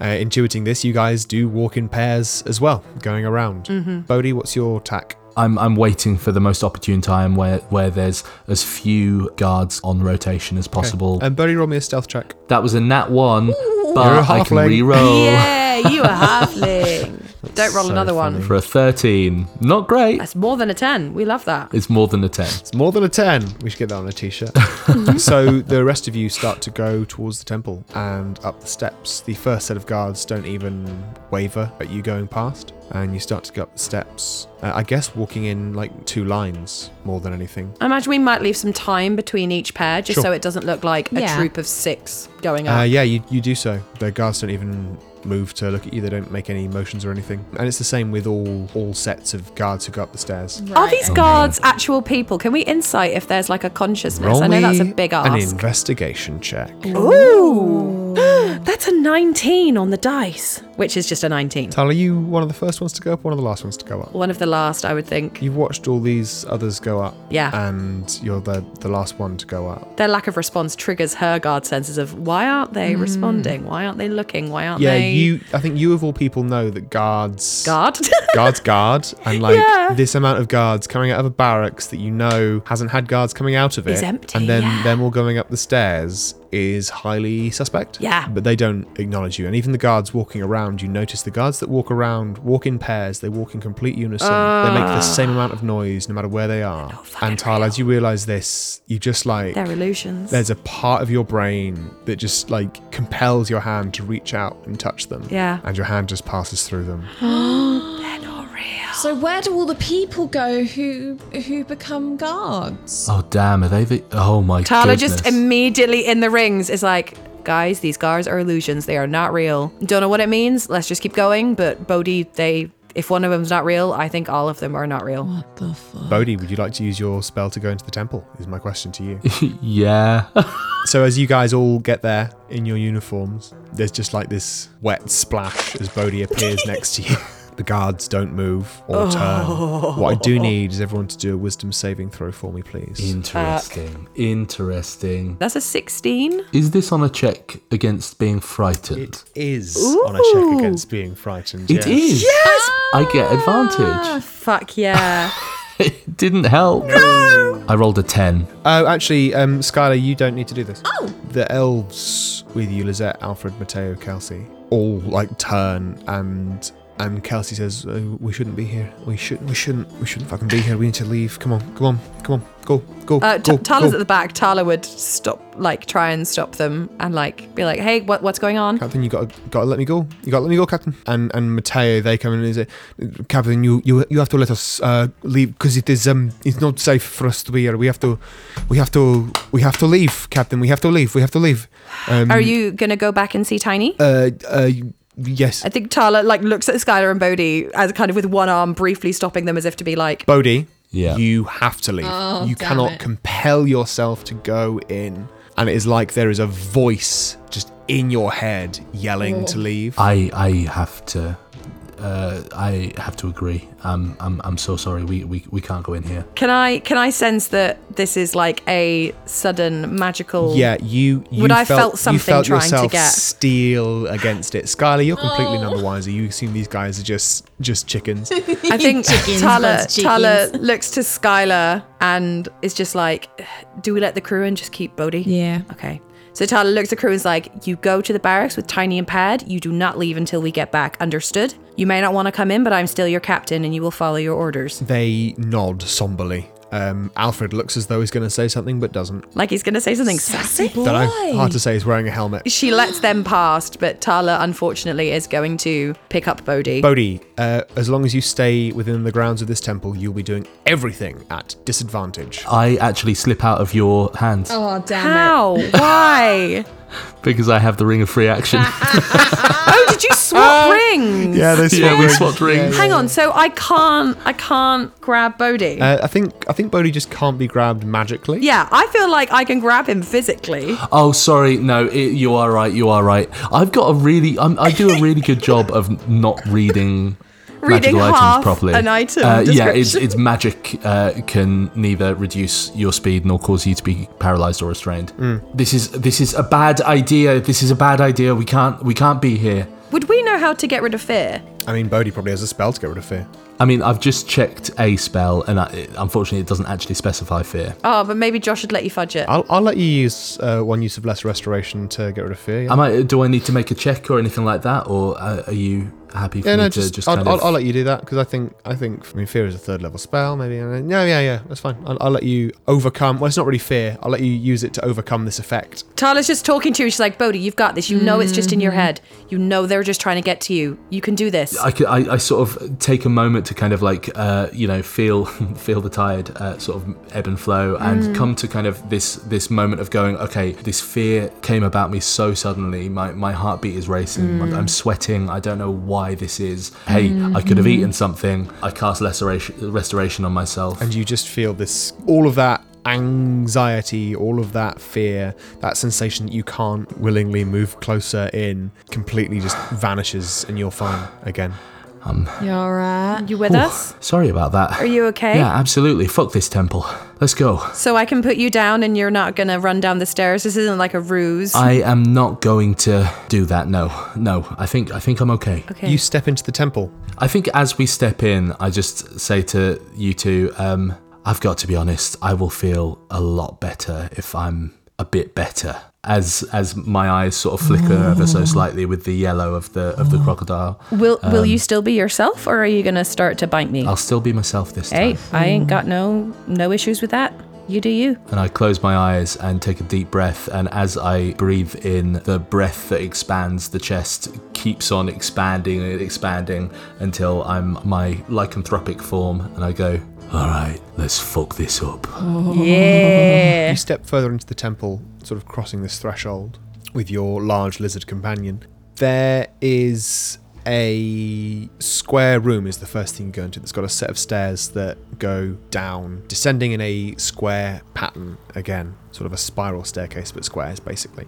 Speaker 1: Uh, intuiting this, you guys do walk in pairs as well, going around.
Speaker 3: Mm-hmm.
Speaker 1: Bodhi, what's your tack?
Speaker 4: I'm I'm waiting for the most opportune time where where there's as few guards on rotation as possible.
Speaker 1: And Um, Bodhi, roll me a stealth check.
Speaker 4: that was a nat one,
Speaker 1: You're a
Speaker 4: but I can
Speaker 1: halfling.
Speaker 4: re-roll
Speaker 3: Yeah, you are halfling. Don't roll another one.
Speaker 4: for a thirteen. Not great.
Speaker 3: That's more than a ten. We love that.
Speaker 4: It's more than a ten.
Speaker 1: It's more than a 10. We should get that on a t shirt.
Speaker 3: Mm-hmm.
Speaker 1: so the rest of you start to go towards the temple and up the steps. The first set of guards don't even waver at you going past, and you start to go up the steps. Uh, I guess walking in like two lines more than anything.
Speaker 3: I imagine we might leave some time between each pair just
Speaker 1: Sure.
Speaker 3: so it doesn't look like a
Speaker 2: Yeah.
Speaker 3: troop of six going up.
Speaker 1: Uh, yeah, you, you do so. The guards don't even move to look at you, they don't make any motions or anything. And it's the same with all, all sets of guards who go up the stairs.
Speaker 3: Are these guards actual people? Can we insight if there's like a consciousness? I know that's a
Speaker 1: me
Speaker 3: big
Speaker 1: an
Speaker 3: ask.
Speaker 1: investigation check.
Speaker 3: Ooh. that's a 19 on the dice, which is just a 19.
Speaker 1: Tal, are you one of the first ones to go up, one of the last ones to go up?
Speaker 3: One of the last, I would think.
Speaker 1: You've watched all these others go up.
Speaker 3: Yeah.
Speaker 1: And you're the the last one to go up.
Speaker 3: Their lack of response triggers her guard senses of why aren't they responding? Why aren't they looking? Why aren't
Speaker 1: Hmm. Yeah,
Speaker 3: they
Speaker 1: you I think you of all people know that guards
Speaker 3: guard?
Speaker 1: guards guard and like
Speaker 3: Yeah.
Speaker 1: this amount of guards coming out of a barracks that you know hasn't had guards coming out of it.
Speaker 3: Is empty,
Speaker 1: and then
Speaker 3: yeah.
Speaker 1: them all going up the stairs is highly suspect.
Speaker 3: Yeah.
Speaker 1: But they don't acknowledge you. And even the guards walking around, you notice the guards that walk around walk in pairs, they walk in complete unison. they make the same amount of noise no matter where they are.
Speaker 3: Oh,
Speaker 1: And Tyler, as you realise this, you just like
Speaker 3: They're illusions.
Speaker 1: there's a part of your brain that just like compels your hand to reach out and touch them.
Speaker 3: Yeah.
Speaker 1: And your hand just passes through them.
Speaker 3: They're not real.
Speaker 2: So where do all the people go who who become guards?
Speaker 1: Uh,
Speaker 4: Oh damn! Are they the? Oh my
Speaker 3: Tala
Speaker 4: goodness.
Speaker 3: just immediately in the rings is like, guys, these guards are illusions. They are not real. Don't know what it means. Let's just keep going. But Bodhi, they, if one of them's not real, I think all of them are not real.
Speaker 2: What the fuck?
Speaker 1: Bodhi, would you like to use your spell to go into the temple? Is my question to you.
Speaker 4: yeah.
Speaker 1: so as you guys all get there in your uniforms, there's just like this wet splash as Bodhi appears next to you. The guards don't move or turn. What I do need is everyone to do a wisdom saving throw for me, please.
Speaker 4: Interesting. Interesting.
Speaker 3: That's a 16.
Speaker 4: Is this on a check against being frightened?
Speaker 1: is on a check against being frightened.
Speaker 4: It is. Yes. Ah. I get advantage.
Speaker 3: Oh, Fuck yeah.
Speaker 4: It didn't help. No. I rolled a ten.
Speaker 1: Oh, actually, um, Skylar, you don't need to do this.
Speaker 2: Oh.
Speaker 1: The elves with you, Lizette, Alfred, Matteo, Kelsey, all like turn and and Kelsey says, oh, "We shouldn't be here. We should. We shouldn't. We shouldn't fucking be here. We need to leave. Come on. Come on. Come on. Go. Go.
Speaker 3: Uh,
Speaker 1: go,
Speaker 3: T- Tala's
Speaker 1: go.
Speaker 3: at the back. Tala would stop, like, try and stop them and, like, be like, hey, what, what's going on?
Speaker 1: Captain, you gotta gotta let me go. You gotta let me go, Captain. And and Matteo, they come in and say, Captain, you you you have to let us uh, leave because it is um it's not safe for us to be here. We have to, we have to, we have to leave, Captain. We have to leave. We have to leave. Um,
Speaker 3: Are you going to go back and see Tiny?
Speaker 1: Uh, uh, yes.
Speaker 3: I think Tala, like, looks at Skylar and Bodhi as kind of with one arm briefly stopping them as if to be like,
Speaker 1: Bodhi,
Speaker 4: Yeah.
Speaker 1: you have to leave.
Speaker 2: Oh,
Speaker 1: you
Speaker 2: damn
Speaker 1: cannot
Speaker 2: it.
Speaker 1: compel yourself to go in. And it is like there is a voice just in your head yelling to leave.
Speaker 4: I I have to. uh, I have to agree. Um, I'm, I'm so sorry. We, we, we can't go in here.
Speaker 3: Can I can I sense that this is like a sudden magical?
Speaker 1: Yeah, you. you
Speaker 3: Would
Speaker 1: felt,
Speaker 3: I felt
Speaker 1: you
Speaker 3: something
Speaker 1: felt
Speaker 3: trying to
Speaker 1: yourself
Speaker 3: get- Oh.
Speaker 1: Steel against it, Skylar. You're completely none
Speaker 2: No.
Speaker 1: the wiser. You assume these guys are just just chickens.
Speaker 3: I think
Speaker 2: Chickens
Speaker 3: Tala
Speaker 2: versus
Speaker 3: Tala
Speaker 2: chickens.
Speaker 3: looks to Skylar and is just like, do we let the crew in? Just keep Bodhi.
Speaker 2: Yeah.
Speaker 3: Okay. So Tala looks at crew and is like, you go to the barracks with Tiny and Pad. You do not leave until we get back. Understood? You may not want to come in, but I'm still your captain, and you will follow your orders.
Speaker 1: they nod somberly. Um, Alfred looks as though he's going to say something but doesn't.
Speaker 3: Like he's gonna say something sassy.
Speaker 1: Don't
Speaker 2: boy.
Speaker 1: know. Hard to say. He's wearing a helmet.
Speaker 3: She lets them past, but Tala unfortunately is going to pick up Bodhi.
Speaker 1: Bodhi, uh, as long as you stay within the grounds of this temple, you'll be doing everything at disadvantage.
Speaker 4: I actually slip out of your hands
Speaker 2: Oh damn it!
Speaker 3: How? Why?
Speaker 4: because I have the ring of free action.
Speaker 3: oh, did you swap rings?
Speaker 1: Uh, Yeah, they
Speaker 4: yeah, we swapped rings.
Speaker 3: Hang on, so I can't I can't grab Bodhi.
Speaker 1: Uh, I think I think Bodhi just can't be grabbed magically.
Speaker 3: yeah, I feel like I can grab him physically.
Speaker 4: Oh, sorry. No, it, you are right. You are right. I've got a really. I'm, I do a really good job of not reading.
Speaker 3: Reading
Speaker 4: magical
Speaker 3: half
Speaker 4: items properly.
Speaker 3: an item
Speaker 4: Uh, yeah, it's,
Speaker 3: description.
Speaker 4: it's magic uh, can neither reduce your speed nor cause you to be paralyzed or restrained.
Speaker 1: Hmm.
Speaker 4: This is this is a bad idea. This is a bad idea. We can't we can't be here.
Speaker 3: Would we know how to get rid of fear?
Speaker 1: I mean, Bodhi probably has a spell to get rid of fear.
Speaker 4: I mean, I've just checked a spell, and I, it- unfortunately, it doesn't actually specify fear.
Speaker 3: Oh, but maybe Josh would let you fudge it.
Speaker 1: I'll, I'll let you use uh, one use of lesser restoration to get rid of fear. Yeah,
Speaker 4: Am I? Do I need to make a check or anything like that, or uh, are you happy for
Speaker 1: yeah
Speaker 4: me
Speaker 1: no,
Speaker 4: to
Speaker 1: just,
Speaker 4: just
Speaker 1: I'll,
Speaker 4: kind
Speaker 1: I'll,
Speaker 4: of?
Speaker 1: I'll let you do that because I think I think I mean fear is a third level spell maybe. and then- No, yeah, yeah, that's fine. I'll, I'll let you overcome. Well, it's not really fear. I'll let you use it to overcome this effect.
Speaker 3: Tala's just talking to you. She's like, Bodhi, you've got this. You know it's just in
Speaker 1: Mm.
Speaker 3: your head. You know they're just trying to get to you. You can do this.
Speaker 1: Uh,
Speaker 4: I, could- I, I sort of take a moment to kind of like uh, you know feel feel the tide uh, sort of ebb and flow and come to kind of this this moment of going okay this fear came about me so suddenly my, my heartbeat is racing I'm, I'm sweating I don't know why this is hey I could have eaten something I cast restoration restoration on myself
Speaker 1: and you just feel this all of that anxiety all of that fear that sensation that you can't willingly move closer in completely just vanishes and you're fine again
Speaker 2: You alright?
Speaker 3: you with us?
Speaker 4: sorry about that
Speaker 3: Are you okay?
Speaker 4: yeah absolutely fuck this temple let's go
Speaker 3: So I can put you down and you're not going to run down the stairs. This isn't like a ruse.
Speaker 4: I am not going to do that no no I think I think I'm okay
Speaker 3: okay.
Speaker 1: you step into the temple
Speaker 4: I think as we step in, I just say to you two, um, I've got to be honest, I will feel a lot better if I'm a bit better. As as my eyes sort of flicker ever so slightly with the yellow of the of the crocodile,
Speaker 3: will will you still be yourself or are you going to start to bite me?
Speaker 4: I'll still be myself this
Speaker 3: Hey,
Speaker 4: time.
Speaker 3: I ain't got no no issues with that. You do you.
Speaker 4: And I close my eyes and take a deep breath. And as I breathe in, the breath that expands the chest keeps on expanding and expanding until I'm my lycanthropic form, and I go, "All right, let's fuck this up."
Speaker 3: Oh.
Speaker 1: you
Speaker 3: Yeah.
Speaker 1: step further into the temple sort of crossing this threshold with your large lizard companion there is a square room is the first thing you go into that's got a set of stairs that go down descending in a square pattern again sort of a spiral staircase but squares basically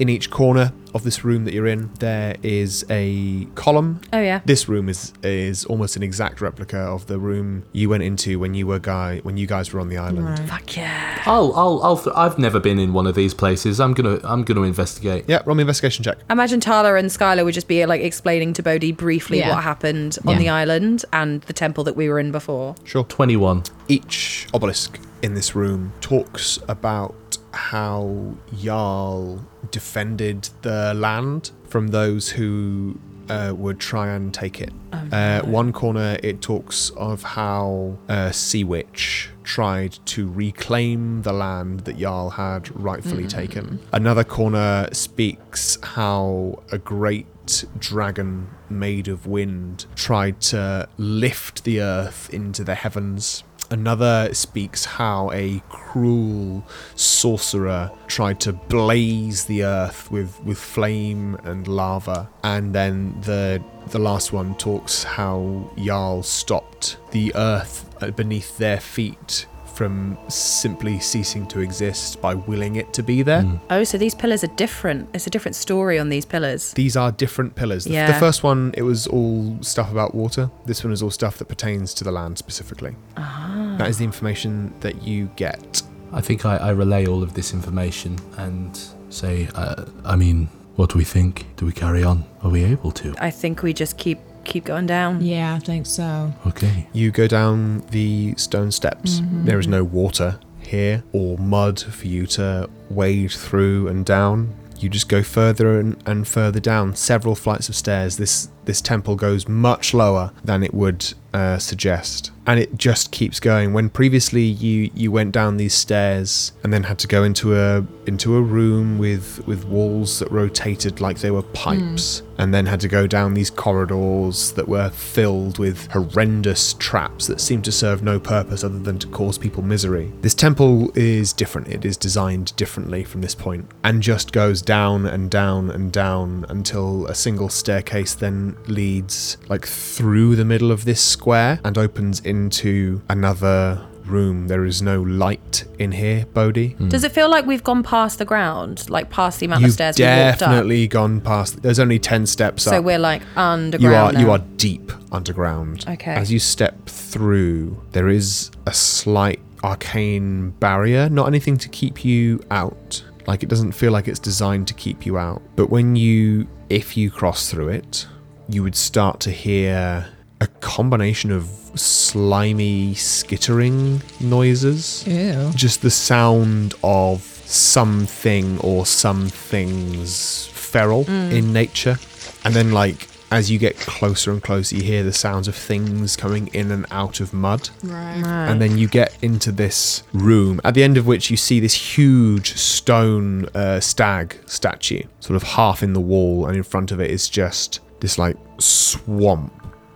Speaker 1: in each corner of this room that you're in there is a column
Speaker 3: Oh yeah.
Speaker 1: this room is is almost an exact replica of the room you went into when you were guy when you guys were on the island
Speaker 3: Fuck yeah.
Speaker 4: I'll, I'll, I'll th- I've never been in one of these places. I'm gonna, I'm gonna investigate.
Speaker 1: yeah roll me an investigation check
Speaker 3: I imagine Tala and Skylar would just be like explaining to Bodhi briefly
Speaker 2: Yeah.
Speaker 3: what happened on
Speaker 2: Yeah.
Speaker 3: the island and the temple that we were in before.
Speaker 1: sure
Speaker 4: Twenty-one.
Speaker 1: each obelisk in this room talks about how Jarl defended the land from those who uh, would try and take it. uh, One corner, it talks of how uh, Sea Witch tried to reclaim the land that Jarl had rightfully taken. Another corner speaks how a great dragon made of wind tried to lift the earth into the heavens. Another speaks how a cruel sorcerer tried to blaze the earth with, with flame and lava. And then the the last one talks how Jarl stopped the earth uh, beneath their feet from simply ceasing to exist by willing it to be there.
Speaker 3: Oh, so these pillars are different. It's a different story on these pillars.
Speaker 1: These are different pillars. The, the
Speaker 3: Yeah.
Speaker 1: first one, it was all stuff about water. This one is all stuff that pertains to the land specifically. That is the information that you get.
Speaker 4: I think I, I relay all of this information and say, uh, I mean, what do we think? Do we carry on? Are we able to?
Speaker 3: I think we just keep keep going down.
Speaker 2: Yeah, I think so.
Speaker 4: Okay.
Speaker 1: You go down the stone steps. There is no water here or mud for you to wade through and down. You just go further and, and further down several flights of stairs. This this temple goes much lower than it would uh, suggest, and it just keeps going. When previously you you went down these stairs and then had to go into a into a room with with walls that rotated like they were pipes, and then had to go down these corridors that were filled with horrendous traps that seemed to serve no purpose other than to cause people misery. This temple is different. It is designed differently from this point and just goes down and down and down until a single staircase then leads like through the middle of this square and opens into another room. There is no light in here, Bodhi.
Speaker 3: Does it feel like we've gone past the ground, like past the amount of
Speaker 1: You've
Speaker 3: stairs we walked up?
Speaker 1: definitely gone past. There's only 10 steps up.
Speaker 3: So we're like
Speaker 1: You are
Speaker 3: underground.
Speaker 1: you
Speaker 3: now.
Speaker 1: are deep underground.
Speaker 3: Okay.
Speaker 1: As you step through, there is a slight arcane barrier, not anything to keep you out. Like it doesn't feel like it's designed to keep you out. But when you if you cross through it, you would start to hear a combination of slimy skittering noises
Speaker 2: Ew.
Speaker 1: just the sound of something or some things feral in nature. And then, like, as you get closer and closer, you hear the sounds of things coming in and out of mud.
Speaker 2: Right.
Speaker 1: And then you get into this room, at the end of which you see this huge stone uh, stag statue, sort of half in the wall, and in front of it is just this like swamp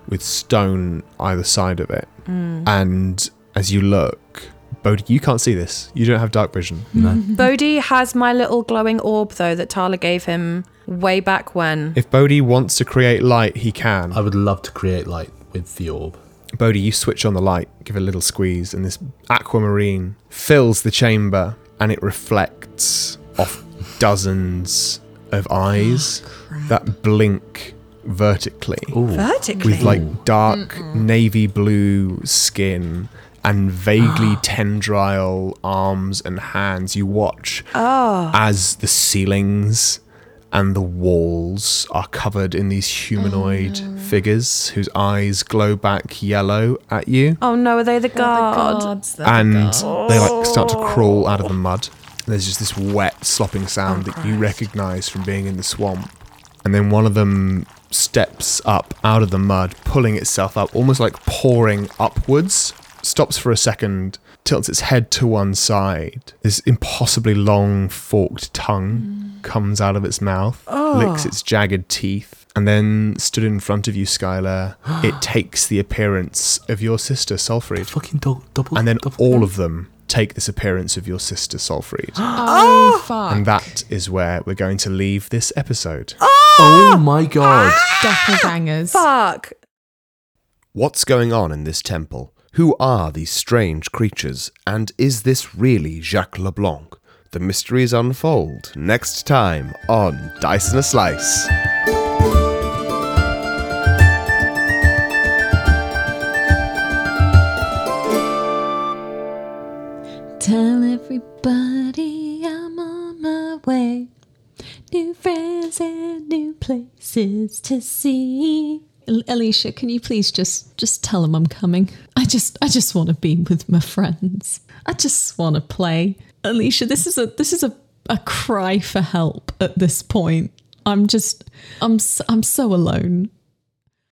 Speaker 1: with stone either side of it. And as you look, Bodhi, you can't see this. You don't have dark vision.
Speaker 3: Bodhi has my little glowing orb though that Tala gave him way back when.
Speaker 1: If Bodhi wants to create light, he can.
Speaker 4: I would love to create light with the orb.
Speaker 1: Bodhi, you switch on the light, give it a little squeeze, and this aquamarine fills the chamber and it reflects off dozens of eyes that blink vertically
Speaker 3: Vertically.
Speaker 1: with like dark navy blue skin and vaguely tendril arms and hands. You watch as the ceilings and the walls are covered in these humanoid figures whose eyes glow back yellow at you
Speaker 3: oh no, are they the guard?
Speaker 1: and they like start to crawl out of the mud. There's just this wet, slopping sound that you recognize from being in the swamp. And then one of them steps up out of the mud, pulling itself up, almost like pouring upwards, stops for a second, tilts its head to one side. This impossibly long, forked tongue comes out of its mouth, licks its jagged teeth, and then stood in front of you, Skylar. it takes the appearance of your sister, Sulfried
Speaker 4: Fucking dou- double.
Speaker 1: and then
Speaker 4: double
Speaker 1: all of them take this appearance of your sister Solfried.
Speaker 2: Oh, fuck.
Speaker 1: Ah. and that is where we're going to leave this episode.
Speaker 4: Oh my god.
Speaker 2: Doppelgangers.
Speaker 3: Fuck.
Speaker 5: What's going on in this temple? Who are these strange creatures? And is this really Jacques Leblanc? The mysteries unfold next time on Dice and a Slice.
Speaker 2: Tell everybody I'm on my way. New friends and new places to see. Al- Alicia, can you please just just tell them I'm coming? I just I just want to be with my friends. I just want to play. Alicia, this is a this is a, a cry for help at this point. I'm just I'm s- I'm so alone.